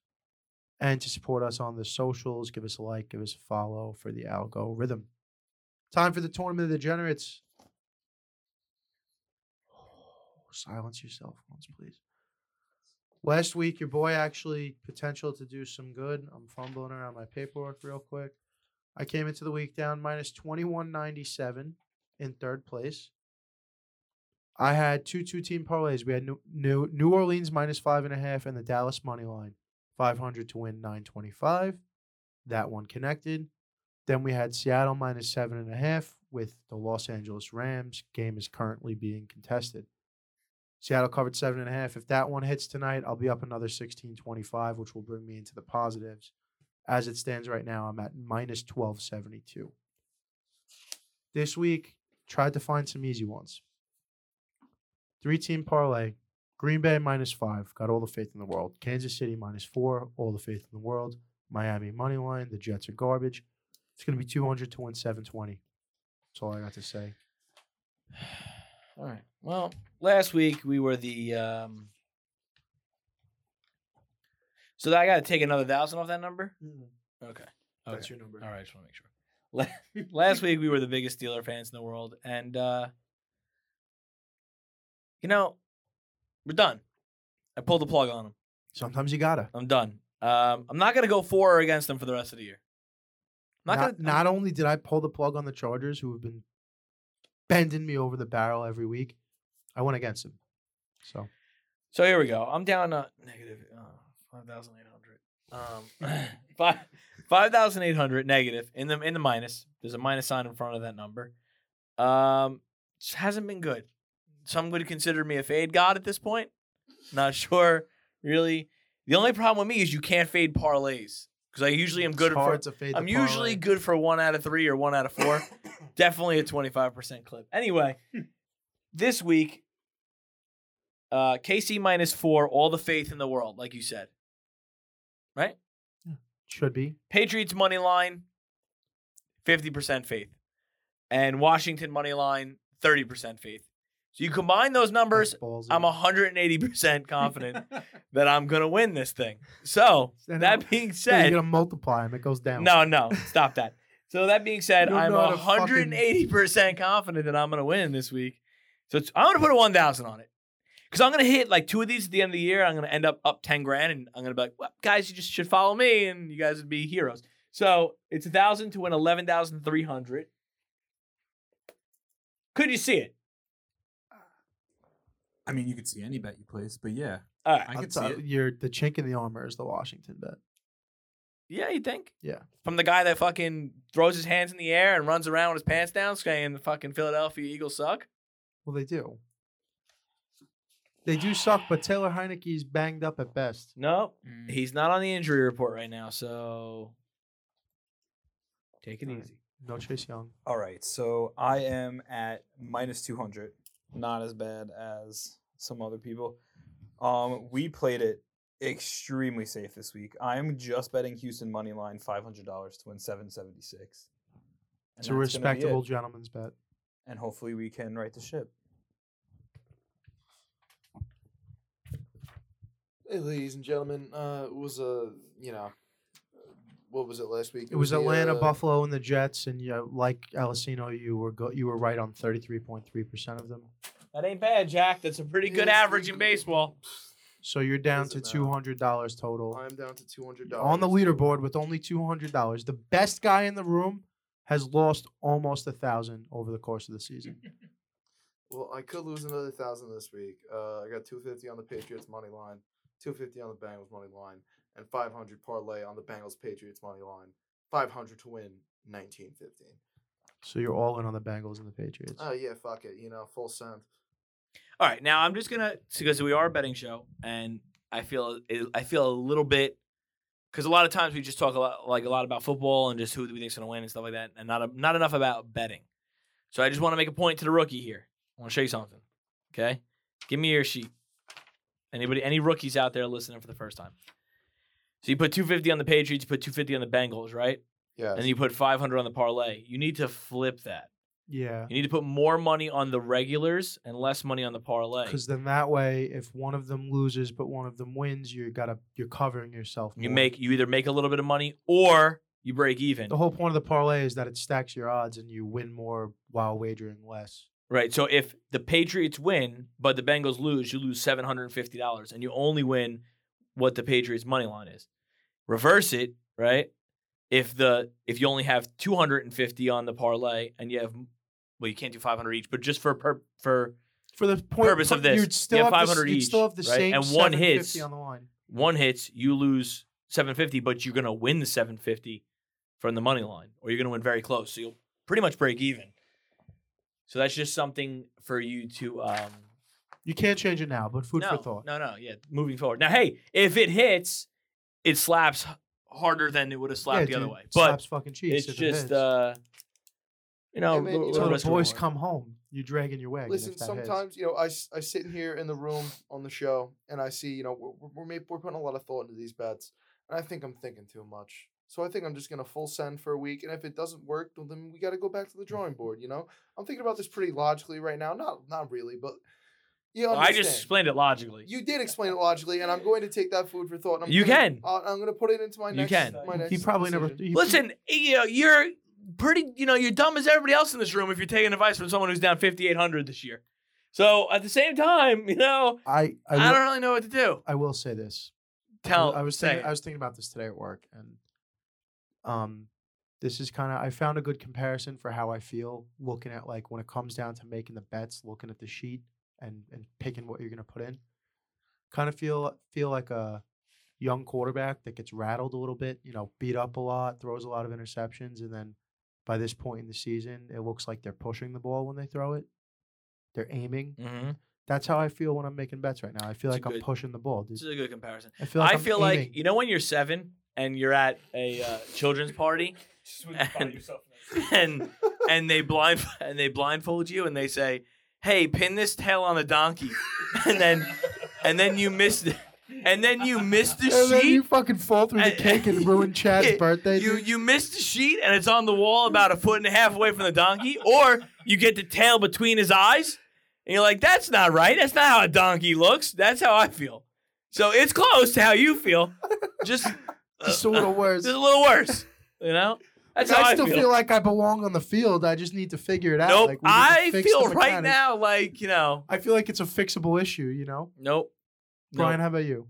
S1: and to support us on the socials. Give us a like, give us a follow for the algo rhythm. Time for the tournament of degenerates. Silence your cell phones, please. Last week, your boy actually potential to do some good. I'm fumbling around my paperwork real quick. I came into the week down minus 2197 in third place. I had two two team parlays. We had New, New, New Orleans minus five and a half and the Dallas money line, 500 to win 925. That one connected. Then we had Seattle minus seven and a half with the Los Angeles Rams. Game is currently being contested. Seattle covered seven and a half. If that one hits tonight, I'll be up another 1625, which will bring me into the positives as it stands right now, I'm at minus 1272. This week, tried to find some easy ones. Three team parlay Green Bay minus five, got all the faith in the world. Kansas City minus four, all the faith in the world. Miami money line, the Jets are garbage. It's going to be 200 to win 720. That's all I got to say.
S2: All right. Well, last week we were the. Um... So I got to take another thousand off that number. Okay.
S1: Mm-hmm. That's your number.
S2: All right, I just want to make sure. La- Last week we were the biggest Steeler fans in the world, and uh, you know, we're done. I pulled the plug on them.
S1: Sometimes you got to.
S2: I'm done. Um, I'm not gonna go for or against them for the rest of the year. I'm
S1: Not,
S2: not, gonna.
S1: not only did I pull the plug on the Chargers, who have been bending me over the barrel every week, I went against them. So.
S2: so here we go. I'm down to negative uh, five thousand eight hundred. Um, five five thousand eight hundred negative in the in the minus. There's a minus sign in front of that number. Um, just hasn't been good. Some would consider me a fade god at this point. Not sure, really. The only problem with me is you can't fade parlays because I usually am
S1: It's
S2: good for
S1: hard to fade the
S2: I'm usually
S1: parlay.
S2: good for one out of three or one out of four. Definitely a 25% clip. Anyway,
S1: Hmm.
S2: this week, uh, KC minus four, all the faith in the world, like you said.
S1: should be
S2: Patriots money line, 50% faith. And Washington money line, 30% faith. So you combine those numbers,
S1: balls.
S2: I'm 180% confident that I'm going to win this thing. So,
S1: And
S2: that being
S1: you're
S2: said,
S1: gonna multiply them. It goes down.
S2: No, no, stop that. So that being said,
S1: You don't
S2: I'm
S1: know how to fucking-
S2: 180 percent confident that I'm going to win this week. So it's, I'm going to put a 1,000 on it because I'm going to hit like two of these at the end of the year. I'm going to end up up 10 grand, and I'm going to be like, well, guys, you just should follow me, and you guys would be heroes. So it's a thousand to win 11,300. Could you see it?
S3: I mean, you could see any bet you place, but yeah,
S2: All right.
S3: I
S1: I'll
S3: could see
S1: tell-
S3: it.
S1: You're the chink in the armor is the Washington bet.
S2: Yeah, you think?
S1: Yeah.
S2: From the guy that fucking throws his hands in the air and runs around with his pants down, saying the fucking Philadelphia Eagles suck.
S1: Well, they do. They do suck, but Taylor Heineke's banged up at best.
S2: No,
S3: Mm.
S2: he's not on the injury report right now, so take it
S1: Alright.
S2: easy.
S1: No Chase Young.
S3: All right, so I am at minus 200. Not as bad as some other people. Um, we played it extremely safe this week. I am just betting Houston money line $500 to win 776.
S1: It's a
S3: And that's gonna be it.
S1: respectable gentleman's bet.
S3: And hopefully we can right the ship.
S4: Hey, ladies and gentlemen, uh, it was a you know, what was it last week?
S1: It was
S4: the,
S1: Atlanta,
S4: uh,
S1: Buffalo, and the Jets, and yeah, like Alessino, you were go- you were right on 33.3 percent of them.
S2: That ain't bad, Jack. That's a pretty good average in baseball.
S1: So you're down to
S4: Doesn't matter.
S1: two hundred dollars total.
S4: I'm down to two hundred
S1: You're
S4: dollars
S1: on the leaderboard with only two hundred dollars. The best guy in the room has lost almost a thousand over the course of the season.
S4: Well, I could lose another thousand this week. Uh, I got two fifty on the Patriots money line, two fifty on the Bengals money line, and five hundred parlay on the Bengals Patriots money line. Five hundred to win nineteen fifteen.
S1: So you're all in on the Bengals and the Patriots.
S2: Uh,
S4: Oh yeah, fuck it. You know, full send.
S2: All right, now I'm just gonna because we are a betting show, and I feel I feel a little bit because a lot of times we just talk a lot like a lot about football and just who we think's gonna win and stuff like that, and not a, not enough about betting. So I just want to make a point to the rookie here. I want to show you something. Okay, give me your sheet. Anybody, any rookies out there listening for the first time? So you put 250 on the Patriots, you put 250 on the Bengals, right?
S4: Yeah.
S2: And then you put 500 on the parlay. You need to flip that.
S1: Yeah.
S2: You need to put more money on the regulars and less money on the parlay.
S1: Because then that way, if one of them loses but one of them wins, you gotta you're covering yourself.
S2: You
S1: more.
S2: make you either make a little bit of money or you break even.
S1: the whole point of the parlay is that it stacks your odds and you win more while wagering less.
S2: Right. So if the Patriots win but the Bengals lose, you lose seven hundred and fifty dollars, and you only win what the Patriots money line is. Reverse it, right? If the if you only have two hundred and fifty on the parlay and you have well, you can't do five hundred each, but just for per, for
S1: For the point,
S2: Purpose of
S1: pur-
S2: this,
S1: you'd still
S2: you have
S1: have the,
S2: 500
S1: you'd still
S2: each,
S1: have the
S2: right?
S1: same
S2: And one hits.
S1: 750 on the line.
S2: one hits, you lose seven fifty, but you're gonna win the seven fifty from the money line, or you're gonna win very close. So you'll pretty much break even. So that's just something for you to um,
S1: You can't change it now, but food
S2: no,
S1: for thought.
S2: No, no, yeah. Moving forward. Now, hey, if it hits, it slaps h- harder than it would have slapped
S1: Yeah,
S2: the other
S1: dude,
S2: way.
S1: it
S2: But
S1: slaps fucking cheeks
S2: it's
S1: if it
S2: just,
S1: hits.
S2: uh, you know,
S4: Hey, man,
S2: little-
S4: you
S2: little
S1: Till
S4: know,
S2: risk
S1: the boys
S2: reward.
S1: come home. You're dragging your wagon.
S4: Listen,
S1: if that hits.
S4: sometimes you know I, s- I sit in here in the room on the show and I see you know we're we're, we're, ma- we're putting a lot of thought into these bets and I think I'm thinking too much. So I think I'm just gonna full send for a week and if it doesn't work, well, then we got to go back to the
S1: Mm-hmm.
S4: drawing board. You know, I'm thinking about this pretty logically right now. Not not really, but you
S2: Well, I
S4: understand.
S2: just explained it logically.
S4: you did explain it logically, and I'm going to take that food for thought. And I'm
S2: You
S4: gonna-
S2: can.
S4: uh, I'm going to put it into my
S2: You
S4: next.
S2: can.
S4: My next
S1: he probably never.
S4: decision.
S1: he-
S2: Listen, you know, you're pretty, you know, you're dumb as everybody else in this room if you're taking advice from someone who's down 5,800 this year. So at the same time, you know,
S1: I I,
S2: I,
S1: will,
S2: don't really know what to do.
S1: I will say this.
S2: Tell,
S1: I was
S2: say
S1: thinking,
S2: it.
S1: I was thinking about this today at work, and um, this is kind of I found a good comparison for how I feel looking at like when it comes down to making the bets, looking at the sheet and and picking what you're gonna put in. Kind of feel feel like a young quarterback that gets rattled a little bit, you know, beat up a lot, throws a lot of interceptions, and then by this point in the season, it looks like they're pushing the ball when they throw it. They're aiming.
S5: Mm-hmm.
S2: Mhm.
S1: That's how I feel when I'm making bets right now. I feel
S2: It's a
S1: like I'm
S2: good-
S1: pushing the ball. dude.
S2: This is a good comparison.
S1: I feel like
S2: I
S1: I'm
S2: feel
S1: aiming.
S2: like, you know, when you're seven and you're at a uh, children's party
S5: Just wouldn't find
S2: And-
S5: yourself
S2: and and they blind and they blindfold you and they say, "Hey, pin this tail on the donkey," and then and then you miss it, and then you miss the
S1: And then you
S2: sheet.
S1: fucking fall through the
S2: and-
S1: cake and ruin Chad's
S2: Yeah,
S1: birthday.
S2: You
S1: dude.
S2: you miss the sheet and it's on the wall about a foot and a half away from the donkey, or you get the tail between his eyes, and you're like, "That's not right. That's not how a donkey looks. That's how I feel." So it's close to how you feel, just uh,
S1: Just a little worse.
S2: just a little worse, you know. That's
S1: Like,
S2: how
S1: I still feel. like I belong on the field. I just need to figure it out. Like,
S2: Nope.
S1: we need to
S2: I
S1: fix the
S2: feel right
S1: mechanics.
S2: now like, you know,
S1: I feel like it's a fixable issue. You know,
S2: nope.
S1: Brian, how about you?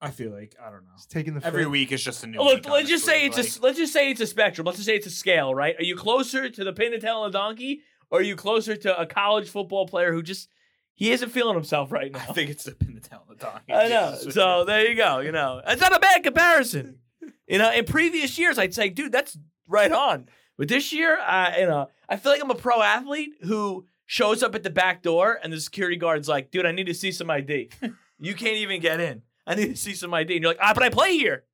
S7: I feel like I don't know.
S1: It's taking the
S3: Every
S1: fifth.
S3: week is just a new.
S2: Look,
S3: week,
S2: let's just say it's
S3: honestly,
S2: a
S3: like-
S2: let's just say it's a spectrum. Let's just say it's a scale, right? Are you closer to the pin and tail on the donkey, or are you closer to a college football player who just he isn't feeling himself right now?
S3: I think it's the pin the tail on the donkey.
S2: I know.
S3: Jesus.
S2: So there you go. You know, it's not a bad comparison. You know, in previous years, I'd say, dude, that's right on. But this year, I, you know, I feel like I'm a pro athlete who shows up at the back door and the security guard's like, dude, I need to see some ID. you can't even get in. I need to see some ID. And you're like, ah, but I play here.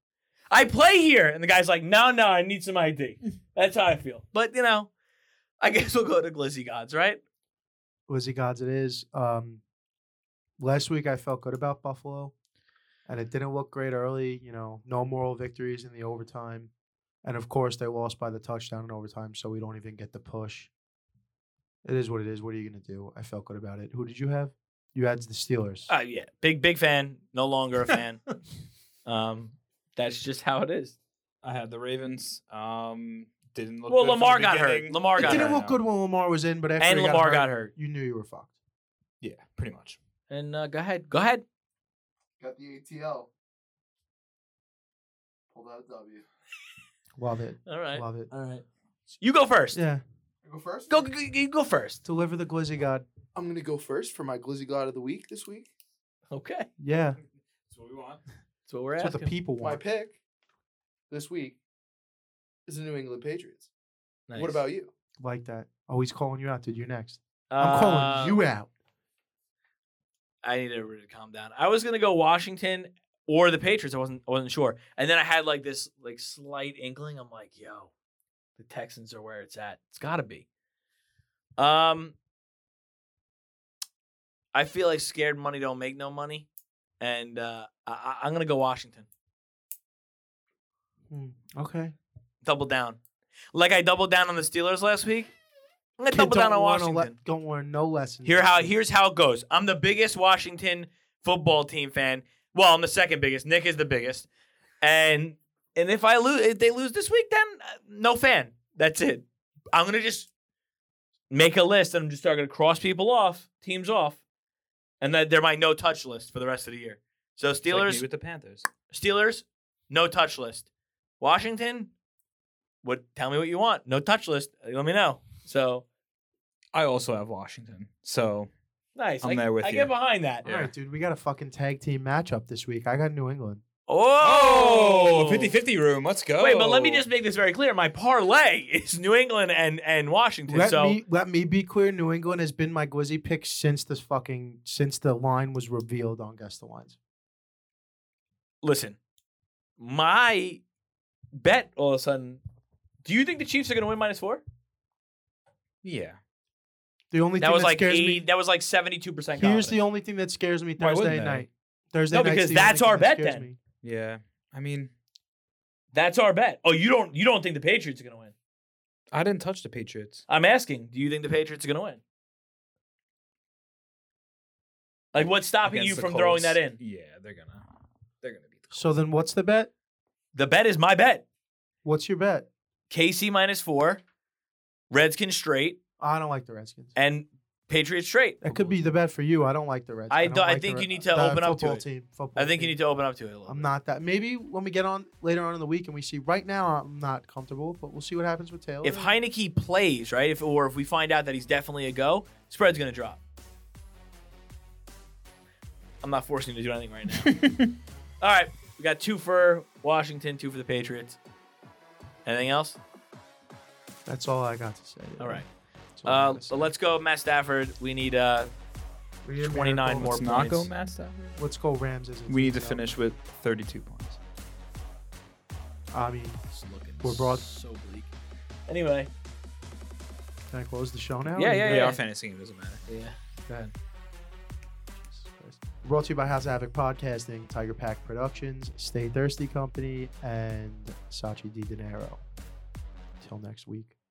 S2: I play here. And the guy's like, no, no, I need some ID. That's how I feel. But, you know, I guess we'll go to Glizzy Gods, right?
S1: Lizzie Gods, it is. Um, last week I felt good about Buffalo, and it didn't look great early. You know, no moral victories in the overtime, and of course they lost by the touchdown in overtime, so we don't even get the push. It is what it is. What are you gonna do? I felt good about it. Who did you have? You had the Steelers.
S2: Uh, yeah, big big fan. No longer a fan. um, that's just how it is.
S3: I had the Ravens. Um, didn't look.
S2: well,
S3: good from the
S2: Lamar got hurt.
S3: beginning.
S2: Lamar
S1: it
S2: got
S1: didn't
S2: hurt,
S1: look good when Lamar was in, but after
S2: and
S1: he got
S2: Lamar
S1: hurt,
S2: got hurt.
S1: you knew you were fucked.
S3: pretty much.
S2: And uh, go ahead, go ahead.
S4: Got the ATL. Pulled out a W.
S1: Love it.
S2: All right,
S1: Love it.
S7: All right.
S2: you go first.
S1: Yeah.
S4: I go first.
S2: Go, go, you go first.
S1: Deliver the glizzy god.
S4: I'm gonna go first for my Glizzy God of the week this week.
S2: Okay, that's
S1: Yeah.
S3: That's what we want.
S2: what we're
S1: That's what
S2: asking.
S1: the people
S4: My
S1: want.
S4: pick this week is the New England Patriots.
S2: Nice.
S4: What about you?
S1: Like that. Oh, he's calling you out, dude. You're next. I'm
S2: Uh,
S1: calling you out.
S2: I need everybody to calm down. I was gonna go Washington or the Patriots. I wasn't I wasn't sure. And then I had like this like slight inkling. I'm like, yo, the Texans are where it's at. It's gotta be. Um I feel like scared money don't make no money. And uh I- I I'm gonna go Washington.
S1: Okay.
S2: Double down. Like I doubled down on the Steelers last week. I'm gonna double
S1: Kid
S2: down on
S1: don't wanna le-
S2: Washington.
S1: don't learn no lessons.
S2: Here how here's how it goes. I'm the biggest Washington football team fan. Well, I'm the second biggest. Nick is the biggest. And and if I lose, if they lose this week, then uh, no fan. That's it. I'm gonna just make a list, and I'm just start gonna cross people off, teams off, and that they're my no touch list for the rest of the year. So Steelers,
S3: with the Panthers.
S2: Steelers, no touch list. Washington, what? Tell me what you want. No touch list. Let me know. So
S3: I also have Washington. So
S2: nice.
S3: I'm
S2: I-
S3: there with
S2: I
S3: you.
S2: get behind that.
S1: All right, dude. We got a fucking tag team matchup this week. I got New England.
S2: Oh,
S3: 50-50 room. Let's go.
S2: Wait, but let me
S1: Oh.
S2: just make this very clear. My parlay is New England and, and Washington.
S1: Let
S2: so
S1: me let me be clear. New England has been my glizzy pick since this fucking since the line was revealed on Guess the Lines.
S2: listen, my bet all of a sudden. Do you think the Chiefs are going to win minus four?
S3: Yeah.
S1: The only
S2: That
S1: thing
S2: was
S1: that
S2: like
S1: scares
S2: eight,
S1: me.
S2: that was like seventy two percent.
S1: Here's the only thing that scares me
S3: Why wouldn't
S1: Thursday
S3: they?
S1: night. Thursday
S2: No,
S1: night's
S2: because
S1: the only
S2: that's
S1: thing
S2: our
S1: that
S2: bet
S1: scares
S2: then.
S1: me.
S3: Yeah. I mean,
S2: That's our bet. Oh, you don't you don't think the Patriots are going to win?
S3: I didn't touch the Patriots.
S2: I'm asking. Do you think the Patriots are going to win? Like, what's stopping you
S3: Against the
S2: from throwing
S3: Colts.
S2: that in?
S3: Yeah, they're going to they're going to beat the
S1: So then, what's the bet?
S2: The bet is my bet.
S1: What's your bet?
S2: KC minus four, Redskins straight,
S1: I don't like the Redskins.
S2: and Patriots straight.
S1: That could be the bet for you. I don't like the Redskins.
S2: I
S1: don't
S2: don't- I
S1: like the
S2: think you
S1: Red-
S2: need to
S1: the
S2: open up to
S1: football
S2: it.
S1: Team, football
S2: I think you
S1: team.
S2: need to open up to it a little.
S1: I'm
S2: bit.
S1: not that. Maybe when we get on later on in the week and we see. Right now, I'm not comfortable, but we'll see what happens with Taylor.
S2: If Heineke plays, right, if or if we find out that he's definitely a go, spread's gonna drop. I'm not forcing you to do anything right now. All right, we got two for Washington, two for the Patriots. Anything else?
S1: that's all I got to say.
S2: All right.
S1: That's all I
S2: Uh,
S1: gotta say.
S2: so let's go, Matt Stafford. We need uh,
S1: We need a
S2: 29
S1: miracle.
S2: more
S3: Let's not go
S2: points.
S3: Matt Stafford.
S1: Let's go Rams. As a
S3: We need to
S1: team, though.
S3: finish with 32 points.
S1: I mean,
S2: It's looking
S1: We're broad.
S2: So bleak. Anyway,
S1: can I close the show now?
S2: Yeah, yeah,
S3: Yeah,
S2: yeah.
S3: our fantasy game doesn't matter.
S2: yeah. Go ahead.
S1: Brought to you by House of Havoc Podcasting, Tiger Pack Productions, Stay Thirsty Company, and Sachi Di Dinero. Till next week.